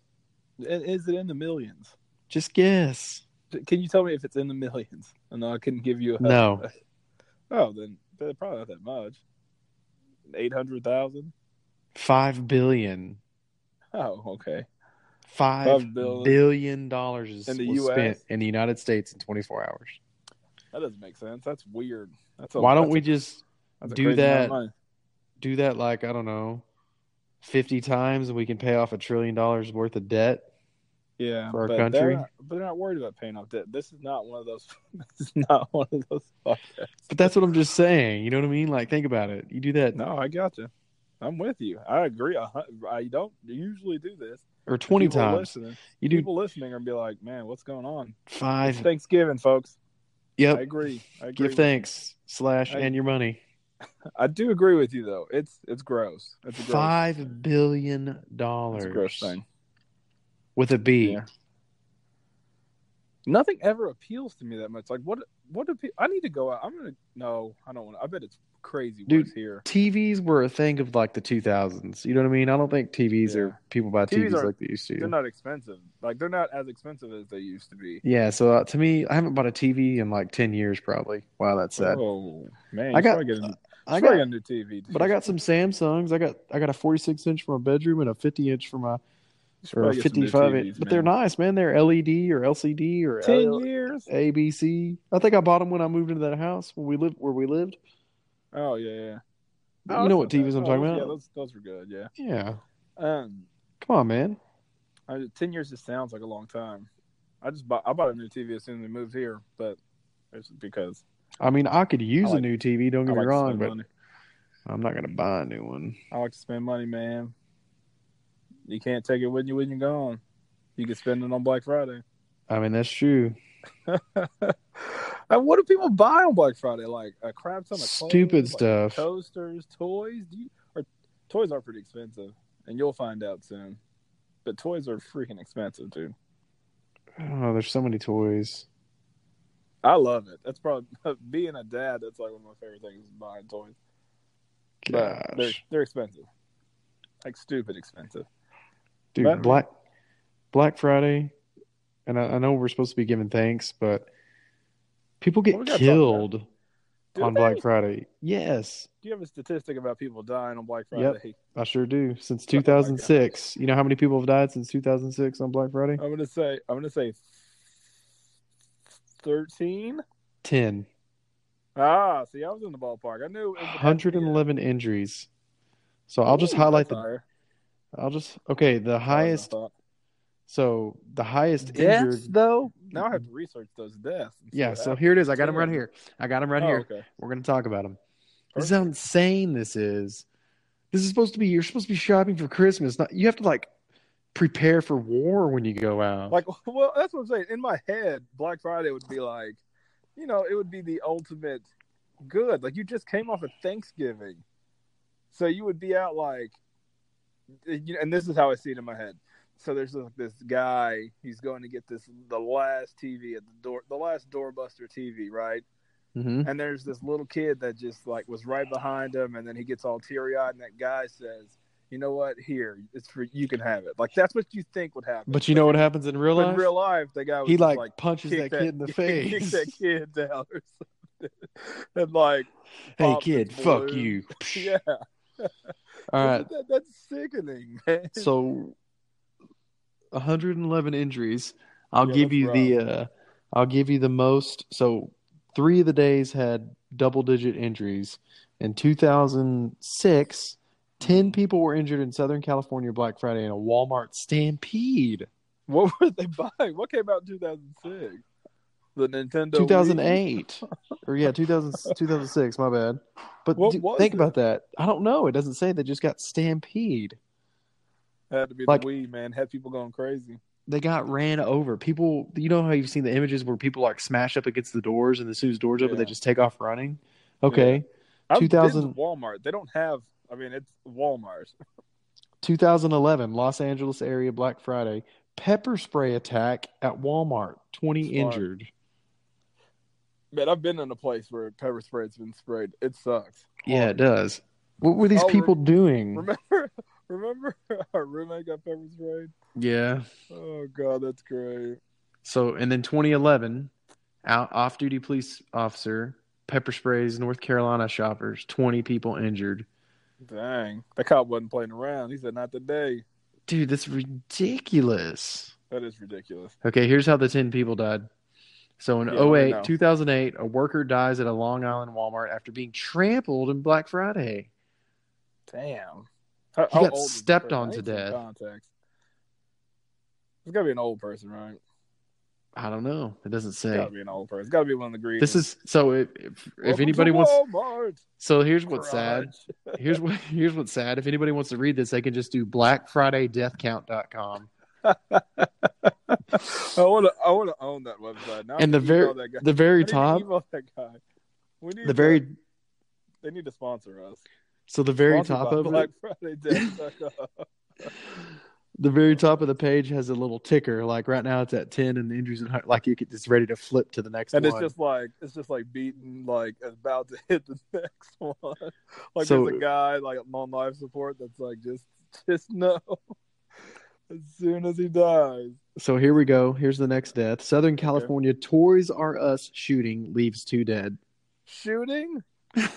Speaker 2: I- Is it in the millions?
Speaker 3: Just guess.
Speaker 2: Can you tell me if it's in the millions? And I couldn't give you a
Speaker 3: No.
Speaker 2: *laughs* Oh, then then probably not that much. Eight hundred thousand.
Speaker 3: Five billion.
Speaker 2: Oh, okay. Five
Speaker 3: Five billion,
Speaker 2: billion.
Speaker 3: billion dollars is,
Speaker 2: In the
Speaker 3: was
Speaker 2: US?
Speaker 3: spent in the United States in 24 hours.
Speaker 2: That doesn't make sense. That's weird. That's a,
Speaker 3: Why don't
Speaker 2: that's
Speaker 3: we
Speaker 2: a-
Speaker 3: just
Speaker 2: that's a
Speaker 3: do
Speaker 2: crazy amount of
Speaker 3: that?
Speaker 2: money.
Speaker 3: do that like I don't know, 50 times, and we can pay off a trillion dollars worth of debt?
Speaker 2: Yeah,
Speaker 3: for our
Speaker 2: but
Speaker 3: country?
Speaker 2: They're not, but they're not worried about paying off debt. This is not one of those. *laughs* This is not one of those. *laughs* Podcasts.
Speaker 3: But that's what I'm just saying. You know what I mean? Like, think about it. You do that,
Speaker 2: No, I got you. I'm with you. I agree. a hun- I don't usually do this.
Speaker 3: or 20
Speaker 2: People
Speaker 3: times.
Speaker 2: Listening,
Speaker 3: You do
Speaker 2: people listening are gonna be like, "Man, what's going on?" It's
Speaker 3: five.
Speaker 2: Thanksgiving, folks. I
Speaker 3: Yep.
Speaker 2: agree. I agree.
Speaker 3: Give
Speaker 2: with-
Speaker 3: thanks slash
Speaker 2: I-
Speaker 3: and your money.
Speaker 2: I do agree with you though. It's it's gross. It's a gross,
Speaker 3: Five billion
Speaker 2: it's a
Speaker 3: dollars
Speaker 2: gross thing.
Speaker 3: with a B.
Speaker 2: Yeah. nothing ever appeals to me that much. Like what what do people? I need to go out. I'm gonna no. I don't want. to. I bet it's crazy
Speaker 3: Dude,
Speaker 2: worse here.
Speaker 3: TVs were a thing of like the 2000s. You know what I mean? I don't think TVs
Speaker 2: Yeah.
Speaker 3: are people buy TVs,
Speaker 2: TVs aren't-
Speaker 3: like they used to.
Speaker 2: They're not expensive. Like they're not as expensive as they used to be.
Speaker 3: yeah. So uh, to me, I haven't bought a TV in like 10 years probably. Wow, that's sad.
Speaker 2: Oh man,
Speaker 3: I
Speaker 2: I
Speaker 3: got-
Speaker 2: got getting,
Speaker 3: I
Speaker 2: got
Speaker 3: got
Speaker 2: a new TV, dude.
Speaker 3: But I got some Samsungs. I got I got a 46 inch for my bedroom and a 50 inch for my
Speaker 2: You should
Speaker 3: or a
Speaker 2: probably get some new
Speaker 3: 55
Speaker 2: TVs,
Speaker 3: inch. But they're
Speaker 2: man.
Speaker 3: nice, man. They're LED or LCD or
Speaker 2: ten
Speaker 3: L-
Speaker 2: years.
Speaker 3: ABC. I think I bought them when I moved into that house when we lived where we lived.
Speaker 2: Oh yeah, yeah.
Speaker 3: But
Speaker 2: Oh,
Speaker 3: you
Speaker 2: that's
Speaker 3: know what
Speaker 2: not bad.
Speaker 3: TVs I'm
Speaker 2: Oh,
Speaker 3: talking
Speaker 2: those-
Speaker 3: about?
Speaker 2: Yeah, those those were good. Yeah.
Speaker 3: yeah.
Speaker 2: Um,
Speaker 3: Come on, man.
Speaker 2: I, ten years just sounds like a long time. I just bought I bought a new TV as soon as we moved here, but it's because
Speaker 3: I mean, I could use
Speaker 2: I
Speaker 3: a
Speaker 2: like-
Speaker 3: new TV. Don't get
Speaker 2: I
Speaker 3: me
Speaker 2: like to
Speaker 3: wrong,
Speaker 2: spend
Speaker 3: but
Speaker 2: money.
Speaker 3: I'm not gonna buy a new one.
Speaker 2: I like to spend money, man. You can't take it with you when you're gone. You can spend it on Black Friday.
Speaker 3: I mean, that's true.
Speaker 2: and what do people buy on Black Friday? Like a crap ton of clothes,
Speaker 3: Stupid
Speaker 2: like
Speaker 3: stuff.
Speaker 2: toasters, toys. Do you, or, toys are pretty expensive, and you'll find out soon. But toys are freaking expensive, dude.
Speaker 3: Oh, there's so many toys.
Speaker 2: I love it. That's probably *laughs* being a dad. That's like one of my favorite things: is buying toys. But they're
Speaker 3: Gosh,
Speaker 2: they're expensive, like stupid expensive.
Speaker 3: dude,
Speaker 2: but-
Speaker 3: Black Black Friday, and I, I know we're supposed to be giving thanks, but people
Speaker 2: Well,
Speaker 3: get
Speaker 2: we gotta talk about
Speaker 3: killed
Speaker 2: Do
Speaker 3: on
Speaker 2: they?
Speaker 3: Black Friday. Yes,
Speaker 2: Do you have a statistic about people dying on Black
Speaker 3: Yep.
Speaker 2: Friday?
Speaker 3: I sure do. Since
Speaker 2: my
Speaker 3: 2006, you know how many people have died since 2006 on Black Friday?
Speaker 2: I'm gonna say I'm gonna say thirteen.
Speaker 3: Ten.
Speaker 2: Ah, see, I was in the ballpark. I knew it was- uh,
Speaker 3: 111 injuries. So I'll just
Speaker 2: Ooh,
Speaker 3: highlight
Speaker 2: that's
Speaker 3: the.
Speaker 2: higher.
Speaker 3: I'll just okay. The highest.
Speaker 2: Higher
Speaker 3: So the highest
Speaker 2: than I thought.
Speaker 3: injured.
Speaker 2: though. Now I have to research those deaths. and see
Speaker 3: Yeah.
Speaker 2: what
Speaker 3: So
Speaker 2: happened.
Speaker 3: here it is. I got them
Speaker 2: Ten.
Speaker 3: right here. I got them right
Speaker 2: Oh,
Speaker 3: here.
Speaker 2: Okay.
Speaker 3: We're gonna talk about them. This is
Speaker 2: Perfect.
Speaker 3: how insane this is. This is supposed to be you're supposed to be shopping for Christmas. Not you have to like prepare for war when you go out.
Speaker 2: Like, *laughs* well, that's what I'm saying. In my head, Black Friday would be like, you know, it would be the ultimate good. Like, you just came off of Thanksgiving, so you would be out like, eh, you know, and this is how I see it in my head. So there's this, this guy. He's going to get this the last TV at the door, the last doorbuster TV, right?
Speaker 3: Mhm.
Speaker 2: And there's this little kid that just like was right behind him, and then he gets all teary eyed, and that guy says, "You know what? Here, it's for you can have it." Like that's what you think would happen.
Speaker 3: But you know what happens in real
Speaker 2: But
Speaker 3: life?
Speaker 2: in real life, the guy was
Speaker 3: he
Speaker 2: just,
Speaker 3: like,
Speaker 2: like
Speaker 3: punches
Speaker 2: *laughs* kick
Speaker 3: that kid in the
Speaker 2: he kicked
Speaker 3: face.
Speaker 2: that kid down or something, *laughs* and like,
Speaker 3: hey
Speaker 2: pops
Speaker 3: kid,
Speaker 2: his
Speaker 3: fuck
Speaker 2: balloon.
Speaker 3: you.
Speaker 2: *laughs* yeah,
Speaker 3: All right.
Speaker 2: That- that's sickening, *laughs* man.
Speaker 3: So 111 injuries. I'll
Speaker 2: Yeah,
Speaker 3: give
Speaker 2: that's
Speaker 3: you the uh I'll give you the most. So 3 of the days had double digit injuries. In 2006, Ten people were injured in Southern California Black Friday in a Walmart stampede.
Speaker 2: What were they buying? What came out in 2006? The Nintendo. Wii?
Speaker 3: 2008
Speaker 2: *laughs*
Speaker 3: or yeah 2000, 2006 my bad but
Speaker 2: What
Speaker 3: d-
Speaker 2: was
Speaker 3: think
Speaker 2: it?
Speaker 3: about that i don't know it doesn't say they just got stampede
Speaker 2: Had to be
Speaker 3: Like-
Speaker 2: the Wii, man. Had people going crazy.
Speaker 3: they got ran over people you know how you've seen the images where people like smash up against the doors and the sue's doors open
Speaker 2: Yeah.
Speaker 3: they just take off running okay
Speaker 2: 2000
Speaker 3: 2000
Speaker 2: Walmart. They don't have. I mean, it's Walmart.
Speaker 3: 2011 los angeles area black friday pepper spray attack at walmart 20
Speaker 2: Smart.
Speaker 3: injured
Speaker 2: Man, I've been in a place where pepper spray's been sprayed. It sucks.
Speaker 3: yeah it does what were these
Speaker 2: Oh,
Speaker 3: people doing
Speaker 2: Remember, *laughs* remember, our roommate got pepper sprayed.
Speaker 3: yeah
Speaker 2: Oh God, that's great.
Speaker 3: So, and then 2011, out off duty police officer pepper sprays North Carolina shoppers, 20 people injured.
Speaker 2: Dang, that cop wasn't playing around. He said, "Not today."
Speaker 3: Dude, that's ridiculous.
Speaker 2: That is ridiculous.
Speaker 3: Okay, here's how the 10 people died. So in
Speaker 2: Yeah, I
Speaker 3: 08,
Speaker 2: know.
Speaker 3: 2008, a worker dies at a Long Island Walmart after being trampled in Black Friday.
Speaker 2: Damn. How,
Speaker 3: He got
Speaker 2: old is this
Speaker 3: stepped
Speaker 2: person? I
Speaker 3: on
Speaker 2: need
Speaker 3: to
Speaker 2: some
Speaker 3: death.
Speaker 2: Context. It's gotta be an old person, right?
Speaker 3: I don't know. It doesn't
Speaker 2: It's
Speaker 3: say.
Speaker 2: gotta be an old person. It's gotta be one of the green.
Speaker 3: This is so if if, if anybody wants
Speaker 2: Walmart,
Speaker 3: so here's what's sad.
Speaker 2: garage.
Speaker 3: Here's what *laughs* here's what's sad. If anybody wants to read this, they can just do blackfridaydeathcount.com.
Speaker 2: *laughs* I want to. I want to own that website. Now I
Speaker 3: And the
Speaker 2: need to
Speaker 3: very-
Speaker 2: email that guy.
Speaker 3: The
Speaker 2: I
Speaker 3: very
Speaker 2: need to
Speaker 3: top,
Speaker 2: email that guy. We need
Speaker 3: the very
Speaker 2: to- They need to sponsor us.
Speaker 3: so the very
Speaker 2: Sponsored
Speaker 3: top
Speaker 2: by
Speaker 3: of
Speaker 2: Black
Speaker 3: it,
Speaker 2: Friday
Speaker 3: *laughs*
Speaker 2: Death.
Speaker 3: the very top of the page has a little ticker. Like right now, it's at ten, and the injuries and heart- like you could just ready to flip to the next
Speaker 2: and
Speaker 3: one.
Speaker 2: it's just like it's just like beating like about to hit the *laughs* next one. Like
Speaker 3: So-
Speaker 2: there's a guy like on life support that's like just *laughs* just no. As soon as he dies,
Speaker 3: so here we go. Here's the next death. Southern California Toys R Us shooting leaves two dead.
Speaker 2: shooting.
Speaker 3: *laughs*
Speaker 2: Oh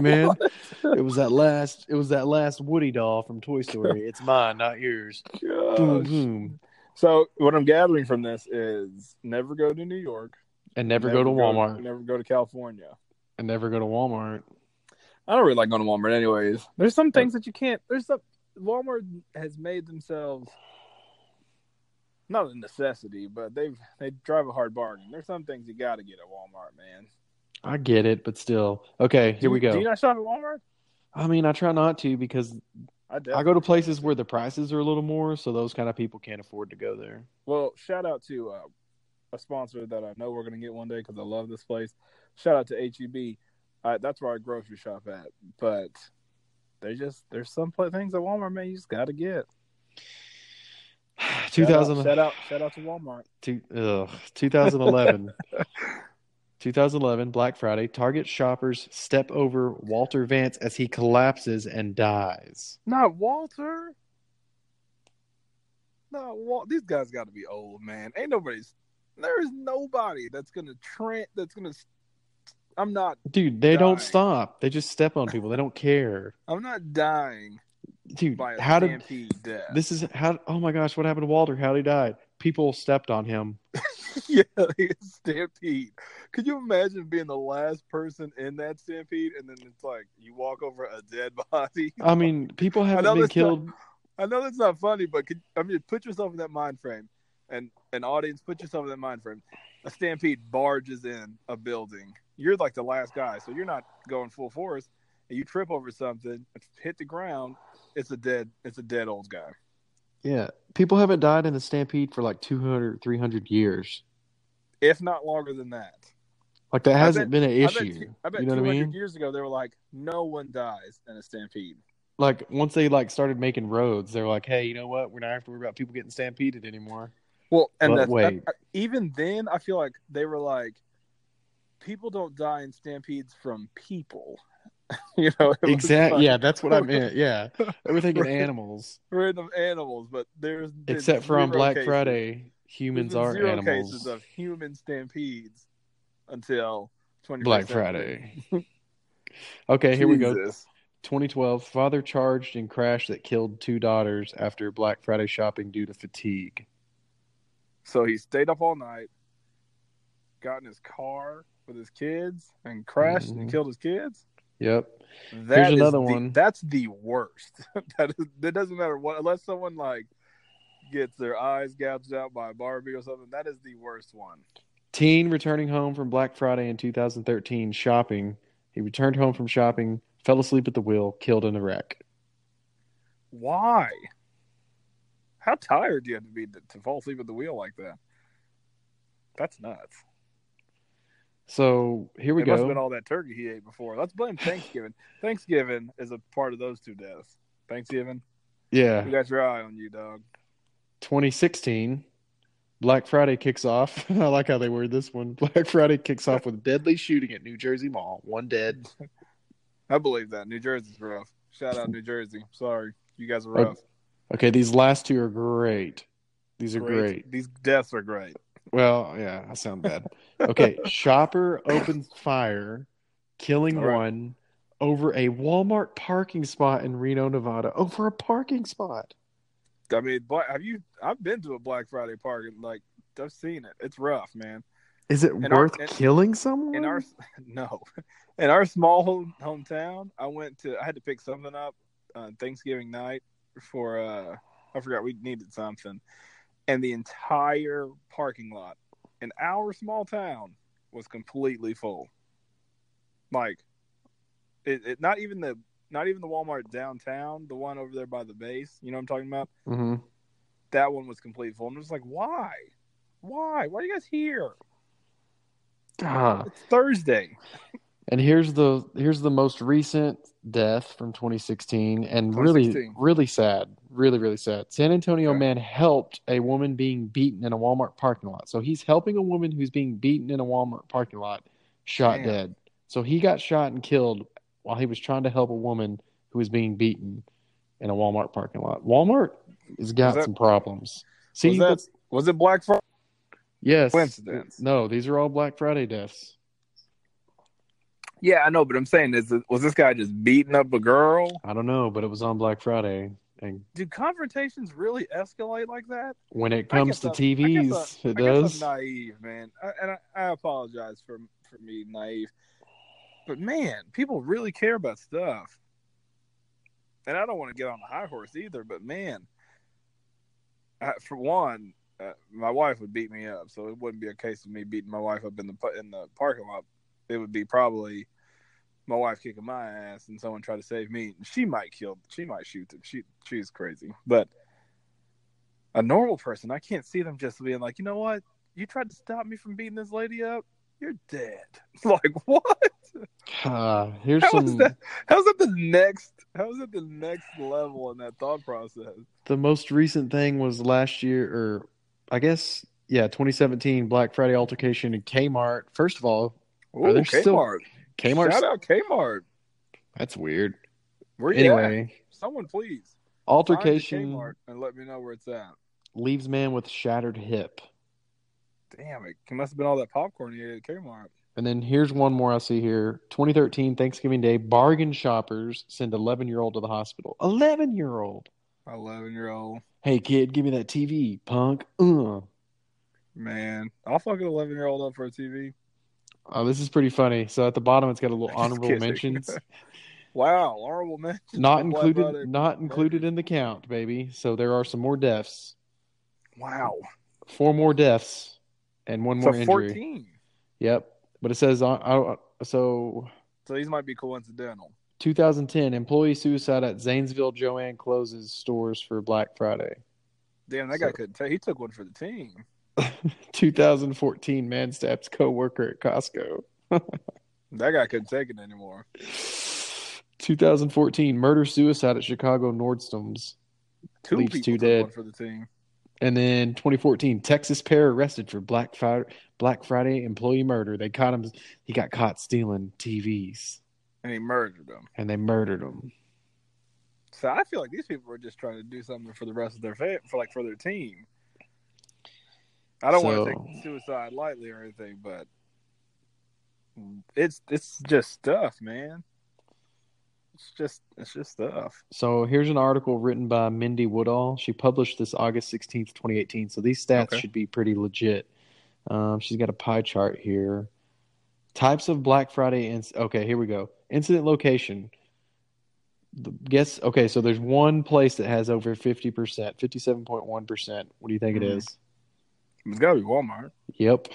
Speaker 2: *laughs*
Speaker 3: man,
Speaker 2: What?
Speaker 3: it was that last. It was that last Woody doll from Toy Story. *laughs* It's mine, not yours. boom,
Speaker 2: Gosh.
Speaker 3: boom,
Speaker 2: So what I'm gathering from this is never go to New York.
Speaker 3: and never, go to Walmart.
Speaker 2: never go to California.
Speaker 3: And never go to Walmart.
Speaker 2: I don't really like going to Walmart, anyways. There's some things that you can't. There's some Walmart has made themselves not a necessity, but they have they drive a hard bargain. There's some things you got to get at Walmart, man.
Speaker 3: I get it, but still. Okay,
Speaker 2: Do
Speaker 3: here
Speaker 2: you-
Speaker 3: we go.
Speaker 2: Do you not shop at Walmart?
Speaker 3: I mean, I try not to because
Speaker 2: I do.
Speaker 3: I go to places where the prices are a little more, so those kind of people can't afford to go there. *sighs*
Speaker 2: Well, shout out to uh, a sponsor that I know we're gonna get one day because I love this place. Shout out to HEB. Uh, that's where I grocery shop at, but there's just there's some pla- things at Walmart, man. You just got to get. Shout out-
Speaker 3: 2000,
Speaker 2: Shout out, shout out to Walmart.
Speaker 3: two, ugh,
Speaker 2: *laughs*
Speaker 3: 2011. 2011, Black Friday, Target shoppers step over Walter Vance as he collapses and dies.
Speaker 2: Not Walter. Not Walt. These guys got to be old, man. Ain't nobody's. There is nobody that's gonna Trent. That's gonna. I'm not.
Speaker 3: Dude, they don't
Speaker 2: Dying.
Speaker 3: stop. They just step on people. They don't care.
Speaker 2: I'm not dying
Speaker 3: Dude,
Speaker 2: by a
Speaker 3: how did
Speaker 2: stampede death.
Speaker 3: this is how? Oh my gosh, what happened to Walter? How would he die? People stepped on him.
Speaker 2: *laughs* yeah, like a stampede. Could you imagine being the last person in that stampede, and then it's like you walk over a dead body? *laughs*
Speaker 3: I mean, people haven't
Speaker 2: know
Speaker 3: been
Speaker 2: that's not-
Speaker 3: killed.
Speaker 2: I know that's not funny, but could, I mean, put yourself in that mind frame, and an audience, put yourself in that mind frame. A stampede barges in a building. You're like the last guy, so you're not going full force, and you trip over something, hit the ground. It's a dead. It's a dead old guy.
Speaker 3: Yeah, people haven't died in the stampede for like 200, 300 years.
Speaker 2: If not longer than that,
Speaker 3: Like that hasn't
Speaker 2: bet-
Speaker 3: been an
Speaker 2: I
Speaker 3: issue.
Speaker 2: bet, two- I bet
Speaker 3: you know what
Speaker 2: 200
Speaker 3: I mean?
Speaker 2: years ago they were like, no one dies in a stampede.
Speaker 3: Like once they like started making roads, they were like, "Hey, you know what? We're not have to worry about people getting stampeded anymore."
Speaker 2: Well, and
Speaker 3: But
Speaker 2: that's,
Speaker 3: wait.
Speaker 2: I- I- even then, I feel like they were like, people don't die in stampedes from people. *laughs* you know, *laughs* it was
Speaker 3: Exactly.
Speaker 2: like
Speaker 3: Yeah,
Speaker 2: *laughs*
Speaker 3: that's what I meant. Yeah, they were thinking animals,
Speaker 2: random animals, but there's been
Speaker 3: except for on
Speaker 2: zero
Speaker 3: Black
Speaker 2: cases-
Speaker 3: Friday,
Speaker 2: there's
Speaker 3: humans
Speaker 2: been
Speaker 3: are
Speaker 2: zero
Speaker 3: animals.
Speaker 2: cases of human stampedes until 20
Speaker 3: Black Friday. *laughs*
Speaker 2: *laughs*
Speaker 3: okay, here we go. 2012, father charged in crash that killed two daughters after Black Friday shopping due to fatigue.
Speaker 2: So he stayed up all night, got in his car with his kids, and crashed
Speaker 3: Mhm.
Speaker 2: and killed his kids.
Speaker 3: Yep.
Speaker 2: That
Speaker 3: Here's
Speaker 2: is
Speaker 3: another
Speaker 2: the-
Speaker 3: one.
Speaker 2: That's the worst. *laughs* that, is, that doesn't matter what, unless someone like gets their eyes gouged out by a Barbie or something. That is the worst one.
Speaker 3: Teen returning home from Black Friday in 2013 shopping. He returned home from shopping, fell asleep at the wheel, killed in a wreck.
Speaker 2: Why? How tired do you have to be to, to fall asleep at the wheel like that? That's nuts.
Speaker 3: So here we
Speaker 2: it
Speaker 3: go.
Speaker 2: must have been all that turkey he ate before. Let's blame Thanksgiving. Thanksgiving is a part of those two deaths. Thanksgiving,
Speaker 3: yeah.
Speaker 2: you got your eye on you, dog.
Speaker 3: 2016, Black Friday kicks off. *laughs* I like how they word this one. Black Friday kicks off with deadly shooting at New Jersey Mall. One dead.
Speaker 2: *laughs* I believe that. New Jersey's rough. Shout out New Jersey. Sorry, you guys are
Speaker 3: Oh,
Speaker 2: rough.
Speaker 3: Okay, these last two are great. These are great.
Speaker 2: These deaths are great.
Speaker 3: Well, yeah, I sound bad.
Speaker 2: *laughs*
Speaker 3: Okay, shopper opens fire, killing
Speaker 2: All right.
Speaker 3: one over a Walmart parking spot in Reno, Nevada. Over a parking spot.
Speaker 2: I mean, black, have you? I've been to a Black Friday parking. Like I've seen it. It's rough, man.
Speaker 3: Is it
Speaker 2: In our-
Speaker 3: worth
Speaker 2: in-
Speaker 3: killing someone?
Speaker 2: In our *laughs* no, in our small home, hometown, I went to. I had to pick something up on Thanksgiving night for. uh I forgot we needed something, and the entire parking lot in our small town was completely full. Like, it, it not even the not even the Walmart downtown, the one over there by the base. You know what I'm talking about?
Speaker 3: Mhm.
Speaker 2: that one was complete full. And it was like, why? Why? Why are you guys here?
Speaker 3: Ah.
Speaker 2: It's Thursday.
Speaker 3: And here's the here's the most recent death from 2016, and really
Speaker 2: 2016.
Speaker 3: really sad, really really sad. San Antonio
Speaker 2: Okay.
Speaker 3: man helped a woman being beaten in a Walmart parking lot. So he's helping a woman who's being beaten in a Walmart parking lot, shot
Speaker 2: Damn.
Speaker 3: dead. So he got shot and killed while he was trying to help a woman who was being beaten in a Walmart parking lot. Walmart has got
Speaker 2: that-
Speaker 3: some problems. See,
Speaker 2: was,
Speaker 3: that's-
Speaker 2: that, was it Black Friday?
Speaker 3: yes,
Speaker 2: coincidence?
Speaker 3: No, these are all Black Friday deaths.
Speaker 2: Yeah, I know, but I'm saying is it- was this guy just beating up a girl?
Speaker 3: I don't know, but it was on Black Friday, and
Speaker 2: Do confrontations really escalate like that?
Speaker 3: when it
Speaker 2: I
Speaker 3: comes to
Speaker 2: guess I'm- I guess
Speaker 3: TVs, it
Speaker 2: I
Speaker 3: does.
Speaker 2: guess I'm naive, man, I, and I, I apologize for for me naive, but man, people really care about stuff, and I don't want to get on the high horse either. But man, I, for one, uh, my wife would beat me up, so it wouldn't be a case of me beating my wife up in the pu- in the parking lot. It would be probably my wife kicking my ass and someone try to save me. She might kill. She might shoot them. She she's crazy, but a normal person, I can't see them just being like, you know what? You tried to stop me from beating this lady up. You're dead. *laughs* Like what?
Speaker 3: Uh, here's
Speaker 2: How is
Speaker 3: some
Speaker 2: that? How's that the next? How's that the next level in that thought process?
Speaker 3: the most recent thing was last year, or I guess yeah, 2017 Black Friday altercation in Kmart. First of all,
Speaker 2: Ooh,
Speaker 3: Are there still-
Speaker 2: Kmart.
Speaker 3: Kmart.
Speaker 2: Shout out Kmart.
Speaker 3: That's weird.
Speaker 2: Where you at?
Speaker 3: Anyway,
Speaker 2: Someone please find the
Speaker 3: altercation
Speaker 2: Kmart and let me know where it's at.
Speaker 3: leaves man with shattered hip.
Speaker 2: Damn it! It must have been all that popcorn you ate at Kmart.
Speaker 3: And then here's one more I see here. 2013 Thanksgiving Day bargain shoppers send 11 year old to the hospital. 11 year old.
Speaker 2: Eleven year old
Speaker 3: Hey kid, give me that TV, punk. Uh.
Speaker 2: man. I'll fuck an eleven year old up for a TV.
Speaker 3: Oh, this is pretty funny. So at the bottom, it's got a
Speaker 2: *laughs*
Speaker 3: little
Speaker 2: Just
Speaker 3: honorable
Speaker 2: kidding.
Speaker 3: mentions,
Speaker 2: *laughs* Wow, honorable mention.
Speaker 3: not
Speaker 2: Black Friday.
Speaker 3: included, not included in the count, baby. So there are some more deaths,
Speaker 2: Wow.
Speaker 3: four more deaths, and one more
Speaker 2: so
Speaker 3: injury.
Speaker 2: 14.
Speaker 3: Yep, but it says on. I, so
Speaker 2: So these might be coincidental.
Speaker 3: 2010 employee suicide at Zanesville Joanne closes stores for Black Friday.
Speaker 2: Damn, that
Speaker 3: So-
Speaker 2: guy couldn't take. He took one for the team.
Speaker 3: 2014 man stabs coworker at Costco.
Speaker 2: That guy couldn't take it anymore.
Speaker 3: 2014 murder suicide at Chicago Nordstrom's.
Speaker 2: Two
Speaker 3: Leaves
Speaker 2: people
Speaker 3: two
Speaker 2: took
Speaker 3: dead.
Speaker 2: one for the team.
Speaker 3: And then 2014, Texas pair arrested for Black Friday, Black Friday employee murder. They caught him. He got caught stealing TVs,
Speaker 2: And he murdered them.
Speaker 3: and they murdered him.
Speaker 2: So I feel like these people were just trying to do something for the rest of their fam- for like for their team. I don't want
Speaker 3: So-
Speaker 2: to take suicide lightly or anything, but it's it's just stuff, man. It's just it's just stuff.
Speaker 3: So here's an article written by Mindy Woodall. She published this August 16th, 2018. So these stats
Speaker 2: Okay.
Speaker 3: should be pretty legit. Um, she's got a pie chart here. Types of Black Friday. Inc- okay, here we go. Incident location. The guess okay, so there's one place that has over fifty percent, fifty-seven point one percent. What do you think it
Speaker 2: Mhm.
Speaker 3: is?
Speaker 2: It's got to be Walmart.
Speaker 3: Yep.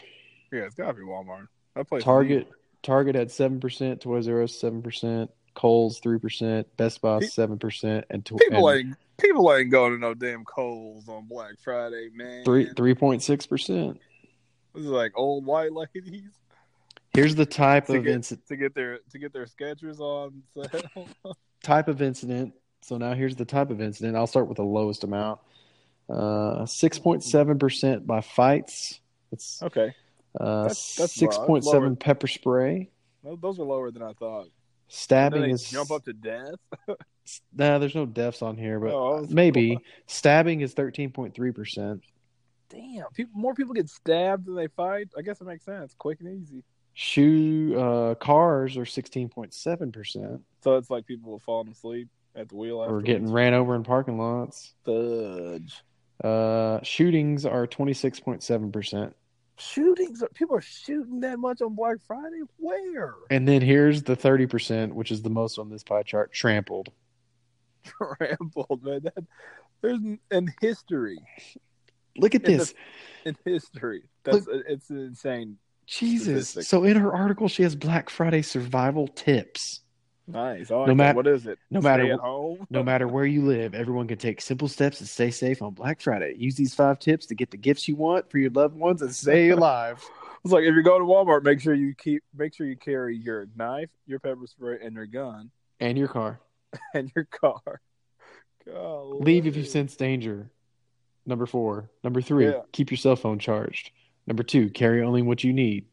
Speaker 2: Yeah, it's got to be Walmart. That place.
Speaker 3: Target Target had seven percent, Toys R Us seven percent, Kohl's three percent, Best Buy
Speaker 2: Pe-
Speaker 3: seven percent, and, tw-
Speaker 2: People
Speaker 3: and
Speaker 2: ain't people ain't going to no damn Coles on Black Friday, man.
Speaker 3: three three point six percent.
Speaker 2: This is like old white ladies *laughs*
Speaker 3: Here's the type
Speaker 2: To
Speaker 3: of
Speaker 2: get-
Speaker 3: incident.
Speaker 2: to get their to get their Skechers on *laughs* sale.
Speaker 3: Type of incident. So now here's the type of incident. I'll start with the lowest amount. Uh, six point seven percent by fights. It's
Speaker 2: okay,
Speaker 3: uh,
Speaker 2: that's- that's low.
Speaker 3: six
Speaker 2: That's
Speaker 3: point seven pepper spray.
Speaker 2: Those- those are lower than I thought. And then
Speaker 3: Stabbing
Speaker 2: they
Speaker 3: is
Speaker 2: jump up to death. *laughs*
Speaker 3: Nah, there's no deaths on here, but
Speaker 2: Oh, I was-
Speaker 3: maybe stabbing is thirteen point three percent.
Speaker 2: oh, Damn, people, more people get stabbed than they fight. I guess it makes sense. Quick and easy.
Speaker 3: Shoe uh, cars are sixteen point seven percent,
Speaker 2: So it's like people were falling asleep at the wheel.
Speaker 3: or getting ran over in parking lots.
Speaker 2: fudge.
Speaker 3: Uh, shootings are twenty six point seven percent.
Speaker 2: Shootings. are- People are shooting that much on Black Friday. Where? *laughs*
Speaker 3: And then here's the thirty percent, which is the most on this pie chart. Trampled.
Speaker 2: Trampled, man. That, there's n- in history.
Speaker 3: Look at
Speaker 2: And the-
Speaker 3: this,
Speaker 2: *laughs* In history, that's it's insane.
Speaker 3: Jesus.
Speaker 2: statistic.
Speaker 3: So in her article, she has Black Friday survival tips.
Speaker 2: Nice. I like
Speaker 3: No
Speaker 2: that.
Speaker 3: mat-
Speaker 2: what is it?
Speaker 3: no
Speaker 2: Stay
Speaker 3: matter
Speaker 2: at
Speaker 3: wh-
Speaker 2: home. *laughs*
Speaker 3: No matter where you live, everyone can take simple steps to stay safe on Black Friday. Use these five tips to get the gifts you want for your loved ones and *laughs* stay alive.
Speaker 2: It's like if you're going to Walmart, make sure you keep make sure you carry your knife, your pepper spray, and your gun, *laughs*
Speaker 3: and your car.
Speaker 2: and your car. Golly.
Speaker 3: Leave if you sense danger. Number four. Number three,
Speaker 2: Yeah.
Speaker 3: keep your cell phone charged. Number two, carry only what you need.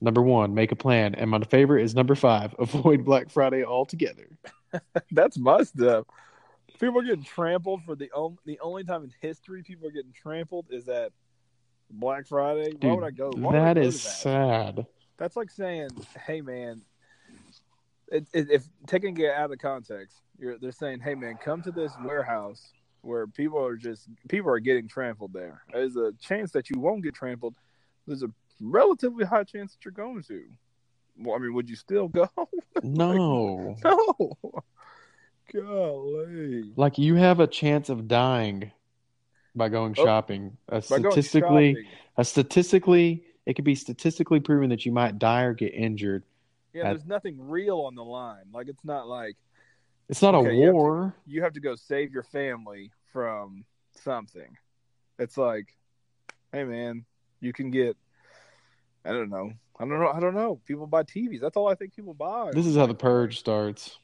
Speaker 3: Number one, make a plan. And my favorite is number five, *laughs* avoid Black Friday altogether.
Speaker 2: *laughs* That's my stuff. People are getting trampled for the only the only time in history people are getting trampled is at Black Friday. Why would I go? Why would I
Speaker 3: that
Speaker 2: go to *laughs*
Speaker 3: is sad.
Speaker 2: That's like saying, "Hey, man." It, it, if taking it out of context, you're, they're saying, "Hey, man, come to this warehouse where people are just people are getting trampled. There, there's a chance that you won't get trampled. There's a relatively high chance that you're going to. Well, I mean, would you still go? *laughs*
Speaker 3: No.
Speaker 2: no. Golly.
Speaker 3: like you have a chance of dying by going
Speaker 2: Oh.
Speaker 3: shopping. Uh,
Speaker 2: By going
Speaker 3: statistically,
Speaker 2: shopping,
Speaker 3: uh, statistically, it could be statistically proven that you might die or get injured.
Speaker 2: yeah,
Speaker 3: that-
Speaker 2: there's nothing real on the line. Like it's not like
Speaker 3: It's not
Speaker 2: Okay,
Speaker 3: a
Speaker 2: you have to-
Speaker 3: war.
Speaker 2: you have to go save your family from something. It's like, hey man, you can get I don't know. I don't know. I don't know. People buy TVs. That's all I think people buy.
Speaker 3: This is how the purge starts.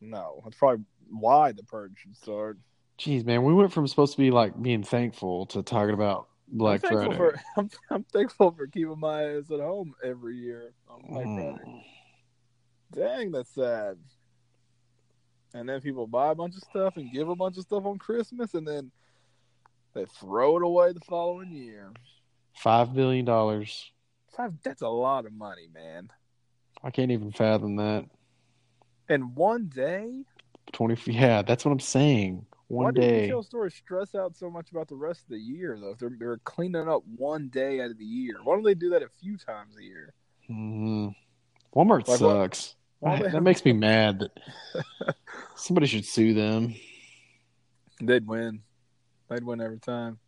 Speaker 2: No, that's probably why the purge should start.
Speaker 3: Jeez, man, we went from supposed to be like being thankful to talking about Black
Speaker 2: I'm thankful
Speaker 3: Friday.
Speaker 2: for *laughs* I'm, I'm thankful for keeping my ass at home every year on Black Friday.
Speaker 3: Mm.
Speaker 2: Dang, that's sad. And then people buy a bunch of stuff and give a bunch of stuff on Christmas, and then they throw it away the following year.
Speaker 3: Five billion dollars.
Speaker 2: Five, that's a lot of money, man.
Speaker 3: I can't even fathom that.
Speaker 2: In one day,
Speaker 3: Twenty. *laughs* Yeah, that's what I'm saying.
Speaker 2: why
Speaker 3: One
Speaker 2: do
Speaker 3: day.
Speaker 2: retail stores stress out so much about the rest of the year, though? If they're, they're cleaning up one day out of the year, why don't they do that a few times a year?
Speaker 3: Mhm. Walmart
Speaker 2: Like what?
Speaker 3: sucks.
Speaker 2: Why
Speaker 3: I-
Speaker 2: don't they
Speaker 3: that
Speaker 2: *laughs*
Speaker 3: makes me mad. That somebody should sue them.
Speaker 2: have- they'd win. They'd win every time.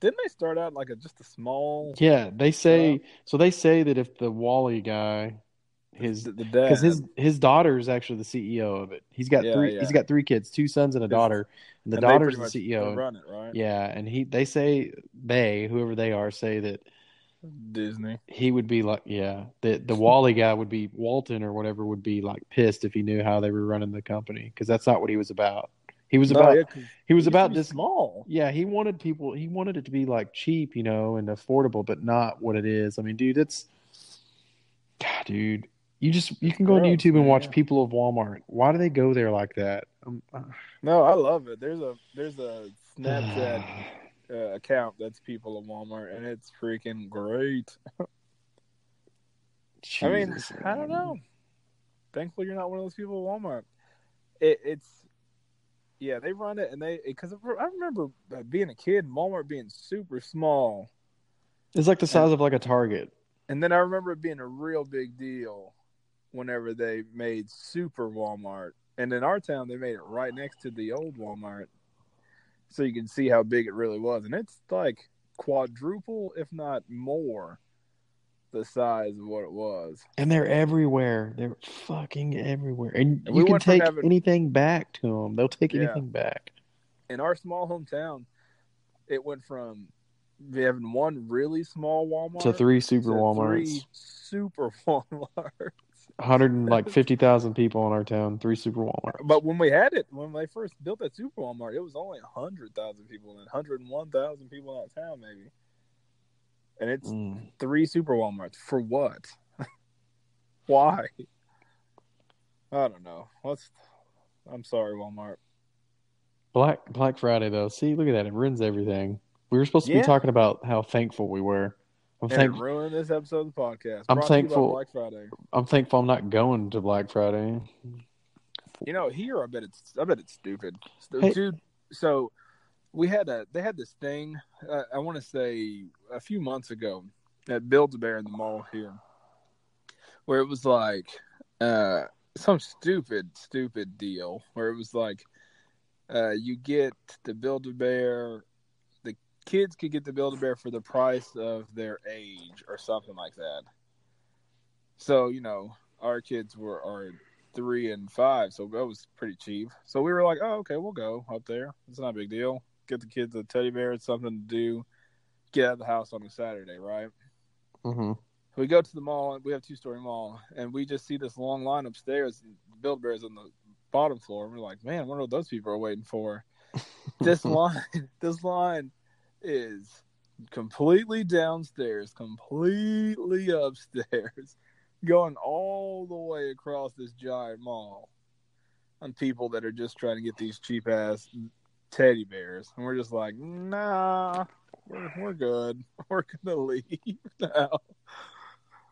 Speaker 2: Didn't they start out like a just a small
Speaker 3: Yeah, they say so. They say that if the Wally guy, his
Speaker 2: the, the dad?
Speaker 3: because his his daughter is actually the CEO of it. He's got
Speaker 2: Yeah,
Speaker 3: three.
Speaker 2: yeah.
Speaker 3: He's got three kids, two sons and a
Speaker 2: His-
Speaker 3: daughter. And the
Speaker 2: and they
Speaker 3: daughter's
Speaker 2: pretty
Speaker 3: the E
Speaker 2: much
Speaker 3: CEO.
Speaker 2: run it right.
Speaker 3: Yeah, and he they say they whoever they are say that
Speaker 2: Disney.
Speaker 3: he would be like yeah that the Wally guy would be Walton or whatever would be like pissed if he knew how they were running the company because that's not what he was about. He was
Speaker 2: No,
Speaker 3: about
Speaker 2: yeah, 'cause it
Speaker 3: he was
Speaker 2: used to
Speaker 3: about
Speaker 2: be
Speaker 3: this.
Speaker 2: small.
Speaker 3: Yeah, he wanted people. He wanted it to be like cheap, you know, and affordable, but not what it is. I mean, dude, it's God, dude. You just you can go on
Speaker 2: Gross,
Speaker 3: YouTube and watch
Speaker 2: man.
Speaker 3: people of Walmart. Why do they go there like that? Um, uh,
Speaker 2: No, I love it. There's a there's a
Speaker 3: *sighs*
Speaker 2: Snapchat uh, account that's people at Walmart, and it's freaking great. I mean,
Speaker 3: Jesus,
Speaker 2: I don't
Speaker 3: man.
Speaker 2: know. Thankfully, you're not one of those people at Walmart. It, it's yeah, they run it, and they because I remember uh, being a kid, and Walmart being super small,
Speaker 3: It's like the size of like a Target.
Speaker 2: and then I remember it being a real big deal whenever they made Super Walmart. And in our town, they made it right next to the old Walmart. So you can see how big it really was. And it's like quadruple, if not more, the size of what it was.
Speaker 3: And they're everywhere. They're fucking everywhere. And,
Speaker 2: And we
Speaker 3: you can
Speaker 2: went from
Speaker 3: take
Speaker 2: having-
Speaker 3: anything back to them. They'll take
Speaker 2: Yeah.
Speaker 3: anything back.
Speaker 2: in our small hometown, it went from having one really small Walmart
Speaker 3: To three super
Speaker 2: to
Speaker 3: Walmarts.
Speaker 2: three super *laughs* Walmart.
Speaker 3: 100 and like 50,000 people in our town. Three super Walmarts.
Speaker 2: But when we had it, when they first built that super Walmart, it was only hundred thousand people and hundred and one thousand people in that town, maybe. And it's
Speaker 3: Mm.
Speaker 2: three super Walmarts for what? *laughs* Why? I don't know. Let's. I'm sorry, Walmart.
Speaker 3: Black Black Friday though. See, look at that. It ruins everything. We were supposed to
Speaker 2: Yeah.
Speaker 3: be talking about how thankful we were. I'm
Speaker 2: And it
Speaker 3: thank-
Speaker 2: ruined this episode of the podcast.
Speaker 3: I'm
Speaker 2: Brought to you by
Speaker 3: thankful-
Speaker 2: Black Friday.
Speaker 3: I'm thankful I'm not going to Black Friday.
Speaker 2: You know, here I bet it's I bet it's stupid, So,
Speaker 3: Hey.
Speaker 2: dude. So we had a they had this thing. Uh, I want to say a few months ago at Build a Bear in the mall here, where it was like uh, some stupid stupid deal where it was like uh, you get the Build a Bear. The kids could get the Build a Bear for the price of their age or something like that. So you know, our kids were are three and five, so that was pretty cheap. So we were like, oh, okay, we'll go up there. It's not a big deal. Get the kids a teddy bear. It's something to do. Get out of the house on a Saturday, right?
Speaker 3: hmm
Speaker 2: We go to the mall, and we have two story mall, and we just see this long line upstairs. Build bears on the bottom floor, and we're like, man, I wonder what those people are waiting for.
Speaker 3: *laughs*
Speaker 2: This
Speaker 3: Mm-hmm.
Speaker 2: line, *laughs* this line is completely downstairs, completely upstairs, *laughs* going all the way across this giant mall on people that are just trying to get these cheap ass teddy bears. And we're just like, nah, we're, we're good. *laughs* We're going to leave now.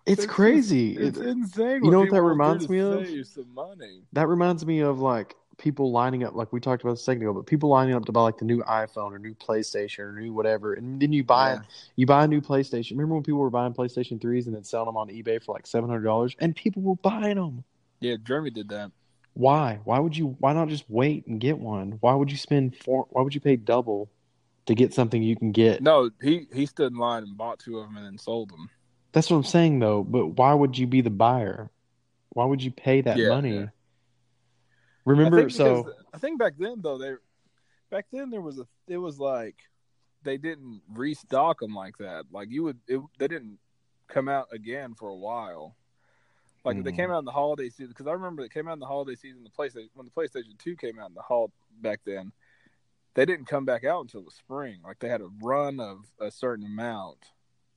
Speaker 3: It's
Speaker 2: It's
Speaker 3: crazy.
Speaker 2: It's
Speaker 3: It-
Speaker 2: insane.
Speaker 3: you know what
Speaker 2: people
Speaker 3: that
Speaker 2: will do
Speaker 3: reminds
Speaker 2: to
Speaker 3: me of?
Speaker 2: Save some money.
Speaker 3: That reminds me of like people lining up, like we talked about a second ago, but people lining up to buy like the new iPhone or new PlayStation or new whatever, and then you buy
Speaker 2: Yeah.
Speaker 3: you buy a new PlayStation. Remember when people were buying PlayStation threes and then selling them on eBay for like seven hundred dollars, and people were buying them.
Speaker 2: Yeah, Jeremy did that.
Speaker 3: Why? Why would you? Why not just wait and get one? Why would you spend four? Why would you pay double to get something you can get?
Speaker 2: No, he, he stood in line and bought two of them and then sold them.
Speaker 3: That's what I'm saying though. But why would you be the buyer? Why would you pay that
Speaker 2: Yeah,
Speaker 3: money?
Speaker 2: yeah.
Speaker 3: Remember,
Speaker 2: I think
Speaker 3: so
Speaker 2: because- I think back then though they back then there was a it was like they didn't restock them like that. Like you would it, they didn't come out again for a while. Like they
Speaker 3: Mhm.
Speaker 2: came out in the holiday season because I remember it came out in the holiday season. The PlayStation when the PlayStation Two came out in the hall back then, they didn't come back out until the spring. Like they had a run of a certain amount,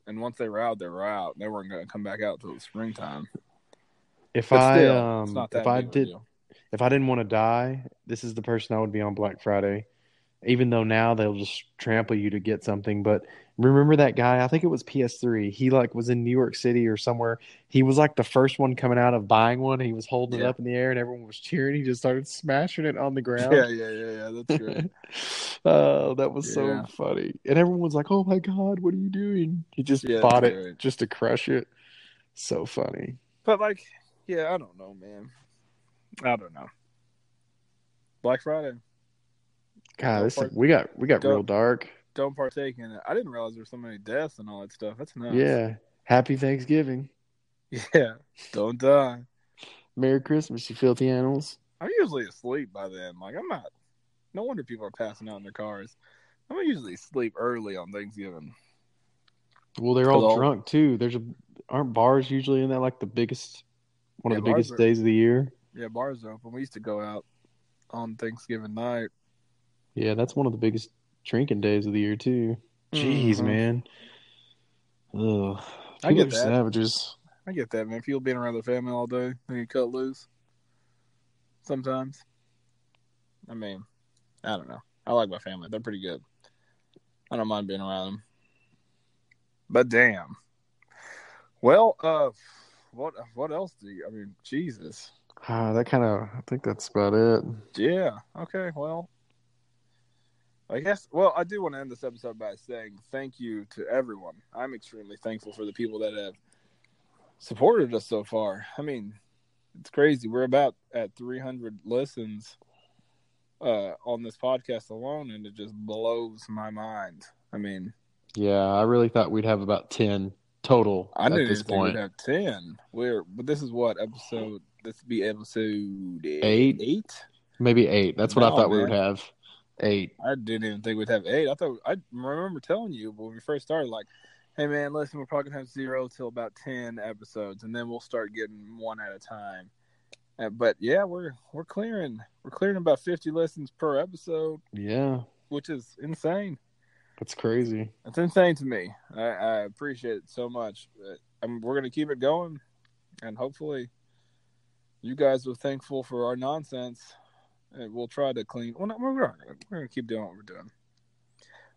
Speaker 2: and once they were out, they were out. They weren't going to come back out until the springtime.
Speaker 3: if
Speaker 2: But
Speaker 3: I
Speaker 2: still, it's
Speaker 3: um
Speaker 2: not that
Speaker 3: if I
Speaker 2: big of a
Speaker 3: did
Speaker 2: deal.
Speaker 3: if I didn't want to die, this is the person I would be on Black Friday. Even though now they'll just trample you to get something, but remember that guy? I think it was PS3. He like was in New York City or somewhere. He was like the first one coming out of buying one. He was holding it
Speaker 2: Yeah.
Speaker 3: up in the air, and everyone was cheering. He just started smashing it on the ground.
Speaker 2: Yeah, yeah, yeah, yeah. That's great.
Speaker 3: *laughs* Oh, that was
Speaker 2: Yeah.
Speaker 3: so funny. And everyone was like, "Oh my god, what are you doing?" He just
Speaker 2: Yeah,
Speaker 3: bought it
Speaker 2: right.
Speaker 3: just to crush it. So funny.
Speaker 2: But like, yeah, I don't know, man. I don't know. Black Friday,
Speaker 3: God,
Speaker 2: Go
Speaker 3: this
Speaker 2: for it.
Speaker 3: we got we got
Speaker 2: Go.
Speaker 3: real dark.
Speaker 2: don't partake in it. I didn't realize there's so many deaths and all that stuff. That's nuts.
Speaker 3: Yeah. Happy Thanksgiving.
Speaker 2: yeah. Don't die.
Speaker 3: Merry Christmas, you filthy animals.
Speaker 2: I'm usually asleep by then. Like I'm not. No wonder people are passing out in their cars. I'm usually sleep early on Thanksgiving.
Speaker 3: Well, they're all
Speaker 2: Hello.
Speaker 3: drunk too. There's a aren't bars usually in that like the biggest one
Speaker 2: Yeah,
Speaker 3: of the biggest
Speaker 2: bars are-
Speaker 3: days of the year.
Speaker 2: Yeah, bars are open. We used to go out on Thanksgiving night.
Speaker 3: Yeah, that's one of the biggest drinking days of the year too. Jeez,
Speaker 2: Mhm.
Speaker 3: man. Ugh. People
Speaker 2: I get
Speaker 3: are
Speaker 2: that.
Speaker 3: savages.
Speaker 2: I get that, man. People being around their family all day, they get cut loose. Sometimes. I mean, I don't know. I like my family. They're pretty good. I don't mind being around them. But damn. Well, uh, what what else do you? I mean, Jesus.
Speaker 3: Ah, that kind of I think that's about it.
Speaker 2: Yeah. Okay. Well, I guess. Well, I do want to end this episode by saying thank you to everyone. I'm extremely thankful for the people that have supported us so far. I mean, It's crazy. We're about at 300 listens uh, on this podcast alone, and it just blows my mind. I mean,
Speaker 3: Yeah, I really thought we'd have about ten total
Speaker 2: I
Speaker 3: at
Speaker 2: didn't
Speaker 3: this
Speaker 2: even think
Speaker 3: point.
Speaker 2: we'd have 10. We're, but this is what episode? This would be episode
Speaker 3: Eight?
Speaker 2: Eight?
Speaker 3: Maybe eight. That's what I
Speaker 2: No,
Speaker 3: thought we
Speaker 2: man.
Speaker 3: would have. Eight.
Speaker 2: I didn't even think we'd have eight. I thought I remember telling you when we first started, like, "Hey man, listen, we're probably gonna have zero till about ten episodes, and then we'll start getting one at a time." Uh, but yeah, we're we're clearing we're clearing about fifty listens per episode,
Speaker 3: Yeah,
Speaker 2: which is insane.
Speaker 3: that's crazy.
Speaker 2: It's insane to me. I, I appreciate it so much. Uh, I'm, we're gonna keep it going, and hopefully, you guys are thankful for our nonsense. And we'll try to clean. Well, no, we're not gonna, we're gonna keep doing what we're doing.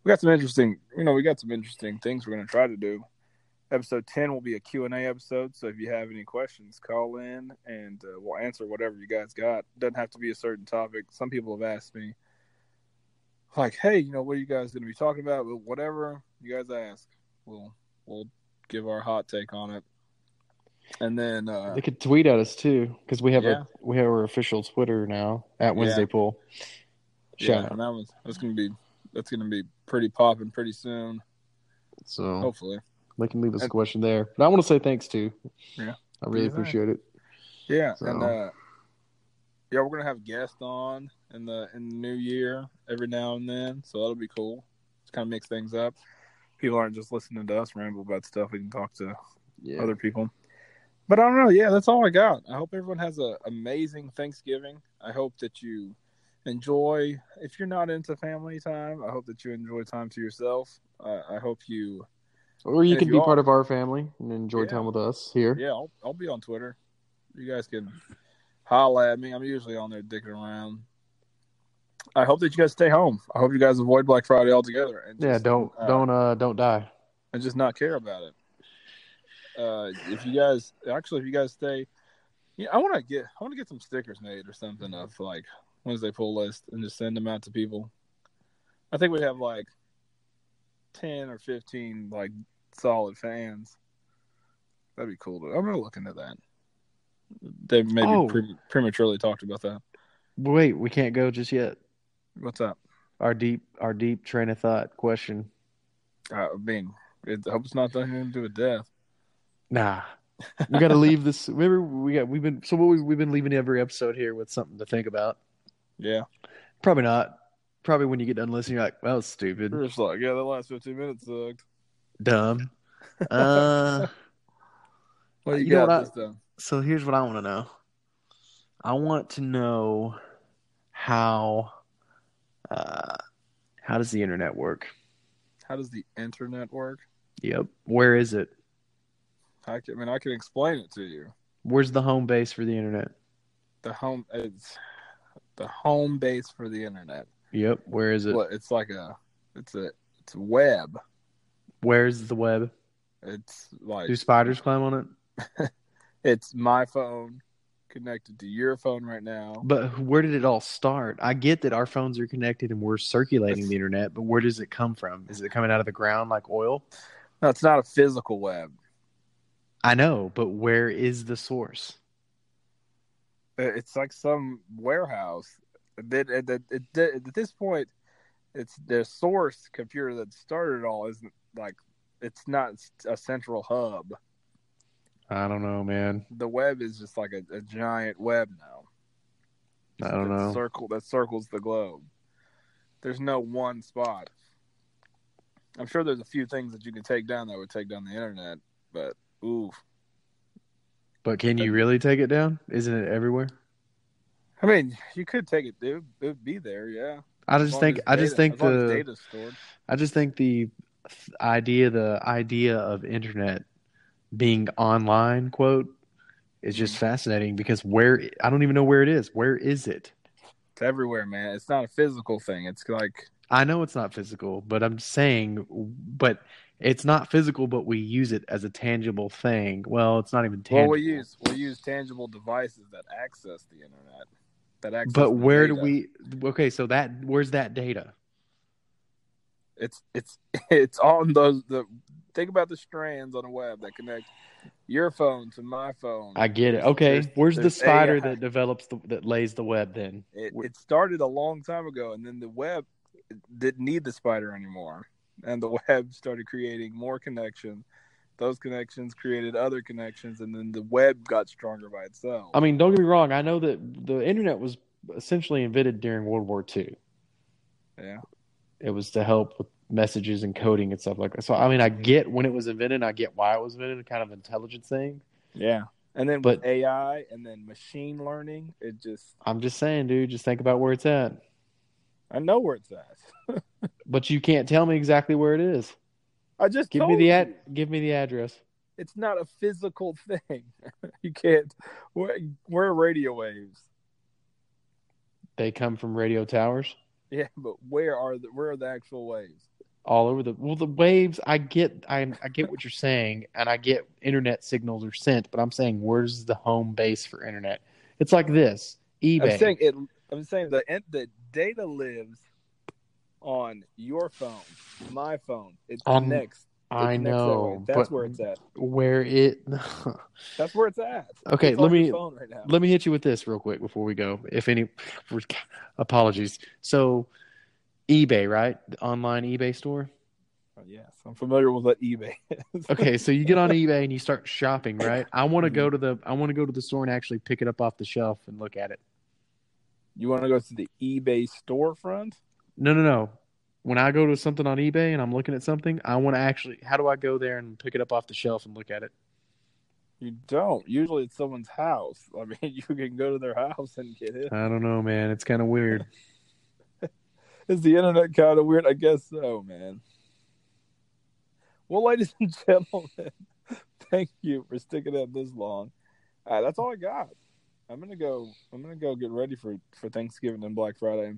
Speaker 2: We got some interesting, you know, we got some interesting things we're gonna try to do. Episode ten will be a Q and A episode, so if you have any questions, call in and uh, we'll answer whatever you guys got. Doesn't have to be a certain topic. Some people have asked me, like, hey, you know, what are you guys going to be talking about? But whatever you guys ask, we'll we'll give our hot take on it. And then uh,
Speaker 3: They could tweet at us too because we have
Speaker 2: Yeah.
Speaker 3: a we have our official Twitter now at
Speaker 2: Yeah.
Speaker 3: Wednesday Pool. Shout
Speaker 2: yeah,
Speaker 3: out.
Speaker 2: and that was that's going to be that's going to be pretty popping pretty soon,
Speaker 3: So
Speaker 2: hopefully.
Speaker 3: they can leave us a
Speaker 2: Oh. and-
Speaker 3: question there. But I want to say thanks too.
Speaker 2: Yeah.
Speaker 3: I really
Speaker 2: Anytime.
Speaker 3: appreciate it.
Speaker 2: Yeah,
Speaker 3: So-
Speaker 2: and uh, yeah, we're gonna have guests on in the in the new year every now and then, so that'll be cool. Just kind of mix things up. People aren't just listening to us ramble about stuff. We can talk to
Speaker 3: Yeah.
Speaker 2: other people. But I don't know. Yeah, that's all I got. I hope everyone has a amazing Thanksgiving. I hope that you enjoy. If you're not into family time, I hope that you enjoy time to yourself. Uh, I I hope you.
Speaker 3: Or you
Speaker 2: And if
Speaker 3: can
Speaker 2: you
Speaker 3: be
Speaker 2: are-
Speaker 3: part of our family and enjoy
Speaker 2: Yeah.
Speaker 3: time with us here.
Speaker 2: Yeah, I'll, I'll be on Twitter. You guys can holla at me. I'm usually on there dicking around. I hope that you guys stay home. I hope you guys avoid Black Friday altogether. And
Speaker 3: Yeah,
Speaker 2: just,
Speaker 3: don't
Speaker 2: uh,
Speaker 3: don't uh don't die.
Speaker 2: and just not care about it. Uh, if you guys actually, if you guys stay, yeah, I want to get I want to get some stickers made or something of like Wednesday pull list and just send them out to people. I think we have like ten or fifteen like solid fans. That'd be cool. To, I'm gonna look into that. They maybe
Speaker 3: Oh.
Speaker 2: pre- prematurely talked about that.
Speaker 3: Wait, we can't go just yet.
Speaker 2: What's up?
Speaker 3: Our deep our deep train of thought question.
Speaker 2: Uh, I mean, it, I hope it's not nothing to do with death.
Speaker 3: Nah.
Speaker 2: *laughs*
Speaker 3: we gotta leave this remember we got we've been so what we we've been leaving every episode here with something to think about.
Speaker 2: Yeah,
Speaker 3: Probably not. Probably when you get done listening, you're like, that was stupid.
Speaker 2: We're just like, yeah, that last 15 minutes sucked.
Speaker 3: Dumb. Uh
Speaker 2: Well,
Speaker 3: you
Speaker 2: you,
Speaker 3: know
Speaker 2: got
Speaker 3: what I-
Speaker 2: this done.
Speaker 3: so here's what I want to know. I want to know how uh, how does the internet work?
Speaker 2: How does the internet work?
Speaker 3: Yep. Where is it?
Speaker 2: I, can, I mean, I can explain it to you.
Speaker 3: Where's the home base for the internet?
Speaker 2: The home it's the home base for the internet.
Speaker 3: Yep. Where is it?
Speaker 2: Well, it's like a it's a it's a web.
Speaker 3: Where's the web?
Speaker 2: It's like
Speaker 3: Do spiders climb on it?
Speaker 2: it's my phone connected to your phone right now.
Speaker 3: But where did it all start? I get that our phones are connected and we're circulating the internet, but where does it come from? Is it coming out of the ground like oil?
Speaker 2: No, it's not a physical web.
Speaker 3: I know, but where is the source?
Speaker 2: It- It's like some warehouse. That that- that- it- that- at this point, it's the source computer that started it all isn't like it's not a central hub.
Speaker 3: I don't know, man.
Speaker 2: the web is just like a, a giant web now.
Speaker 3: I don't
Speaker 2: that
Speaker 3: know.
Speaker 2: Circle that circles the globe. There's no one spot. I'm sure there's a few things that you can take down that would take down the internet, but ooh,
Speaker 3: But can you really take it down? Isn't it everywhere?
Speaker 2: I mean, you could take it. It would be there, yeah.
Speaker 3: I
Speaker 2: As
Speaker 3: just
Speaker 2: long
Speaker 3: think
Speaker 2: as
Speaker 3: I
Speaker 2: data-
Speaker 3: just think
Speaker 2: as long as
Speaker 3: the
Speaker 2: data's stored.
Speaker 3: I just think the th- idea the idea of internet being online quote is just
Speaker 2: Mm-hmm.
Speaker 3: fascinating because where I don't even know where it is. Where is it?
Speaker 2: It's everywhere, man. It's not a physical thing. It's like
Speaker 3: I know it's not physical, but I'm saying but it's not physical but we use it as a tangible thing. Well, it's not even
Speaker 2: well,
Speaker 3: tangible.
Speaker 2: we use we use tangible devices that access the internet. That access.
Speaker 3: but
Speaker 2: the
Speaker 3: where do
Speaker 2: data.
Speaker 3: we Okay, so that where's that data?
Speaker 2: *laughs* It's it's it's on those the Think about the strands on a web that connect your phone to my phone.
Speaker 3: I get it. Okay,
Speaker 2: There's-
Speaker 3: where's the
Speaker 2: there's
Speaker 3: spider
Speaker 2: AI.
Speaker 3: that develops the, that lays the web? Then
Speaker 2: It,
Speaker 3: Wh-
Speaker 2: it started a long time ago, and then the web didn't need the spider anymore, and the *laughs* web started creating more connections. Those connections created other connections, and then the web got stronger by itself.
Speaker 3: I mean, don't get me wrong. I know that the internet was essentially invented during World War II.
Speaker 2: Yeah.
Speaker 3: It was to help with messages and coding and stuff like that. So I mean, I get when it was invented. and I get why it was invented. Kind of intelligent thing.
Speaker 2: yeah. And then
Speaker 3: But-
Speaker 2: with AI, and then machine learning, it just
Speaker 3: I'm just saying, dude. Just think about where it's at.
Speaker 2: I know where it's at. *laughs*
Speaker 3: But you can't tell me exactly where it is.
Speaker 2: I just
Speaker 3: Give me
Speaker 2: told
Speaker 3: the
Speaker 2: you.
Speaker 3: ad. Give me the address.
Speaker 2: It's not a physical *laughs* thing. you can't. We're, we're radio waves.
Speaker 3: They come from radio towers
Speaker 2: Yeah, but where are the where are the actual waves?
Speaker 3: all over the. Well, the waves. I get. I I get what you're saying, and I get internet signals are sent. But I'm saying, where's the home base for internet? It's like this eBay.
Speaker 2: I'm saying it. I'm saying the en- the data lives on your phone, my phone. It's
Speaker 3: On-
Speaker 2: next. It
Speaker 3: Um, I
Speaker 2: connects that way.
Speaker 3: know,
Speaker 2: That's
Speaker 3: but
Speaker 2: where it's at.
Speaker 3: where it. *laughs*
Speaker 2: That's where it's at.
Speaker 3: Okay,
Speaker 2: It's
Speaker 3: let
Speaker 2: on your
Speaker 3: me-
Speaker 2: phone right now.
Speaker 3: Let me hit you with this real quick before we go. If any, apologies. So, eBay, right? The online eBay store.
Speaker 2: Oh, yes, I'm familiar with what eBay. Is.
Speaker 3: Okay, so you get on eBay and you start shopping, right? I want to
Speaker 2: Mm-hmm.
Speaker 3: go to the I want to go to the store and actually pick it up off the shelf and look at it.
Speaker 2: *laughs* You want to go to the eBay storefront?
Speaker 3: No, no, no. When I go to something on eBay and I'm looking at something, I want to actually how do I go there and pick it up off the shelf and look at it?
Speaker 2: You don't. Usually, it's someone's house. I mean, *laughs* you can go to their house and get it.
Speaker 3: I don't know, man. It's kind of weird.
Speaker 2: Is the internet kind of weird? I guess so, man. Well, ladies and gentlemen, *laughs* thank you for sticking out this long. Uh, that's all I got. I'm gonna go. I'm gonna go get ready for for Thanksgiving and Black Friday.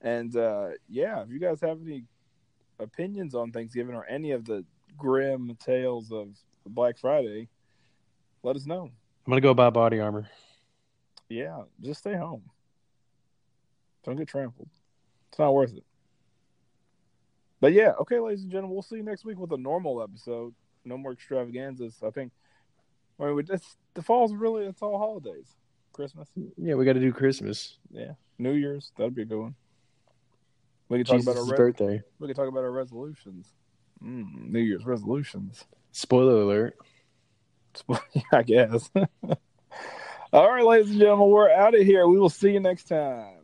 Speaker 2: And uh, yeah, if you guys have any opinions on Thanksgiving or any of the grim tales of Black Friday, let us know.
Speaker 3: I'm going to go buy body armor.
Speaker 2: Yeah, just stay home. Don't get trampled. It's not worth it. But yeah, okay, ladies and gentlemen, we'll see you next week with a normal episode. No more extravaganzas. I think. I mean, we just, the fall's really it's all holidays, Christmas,
Speaker 3: Yeah, we got to do Christmas.
Speaker 2: New Year's. That'd be a good one. We can talk about our
Speaker 3: Jesus'
Speaker 2: re-
Speaker 3: birthday.
Speaker 2: we can talk about our resolutions. Mm, New Year's resolutions. *laughs*
Speaker 3: Spoiler alert.
Speaker 2: I guess. *laughs* all right, ladies and gentlemen, we're out of here. We will see you next time.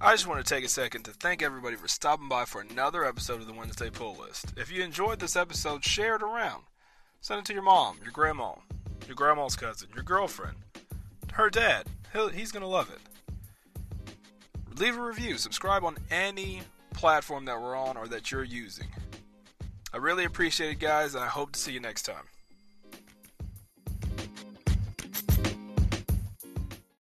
Speaker 1: I just want to take a second to thank everybody for stopping by for another episode of the Wednesday Pull List. If you enjoyed this episode, share it around. Send it to your mom, Um, your grandma, your grandma's cousin, your girlfriend, her dad. He'll, he's going to love it. Leave a review, subscribe on any platform that we're on or that you're using. I really appreciate it, guys, and I hope to see you next time.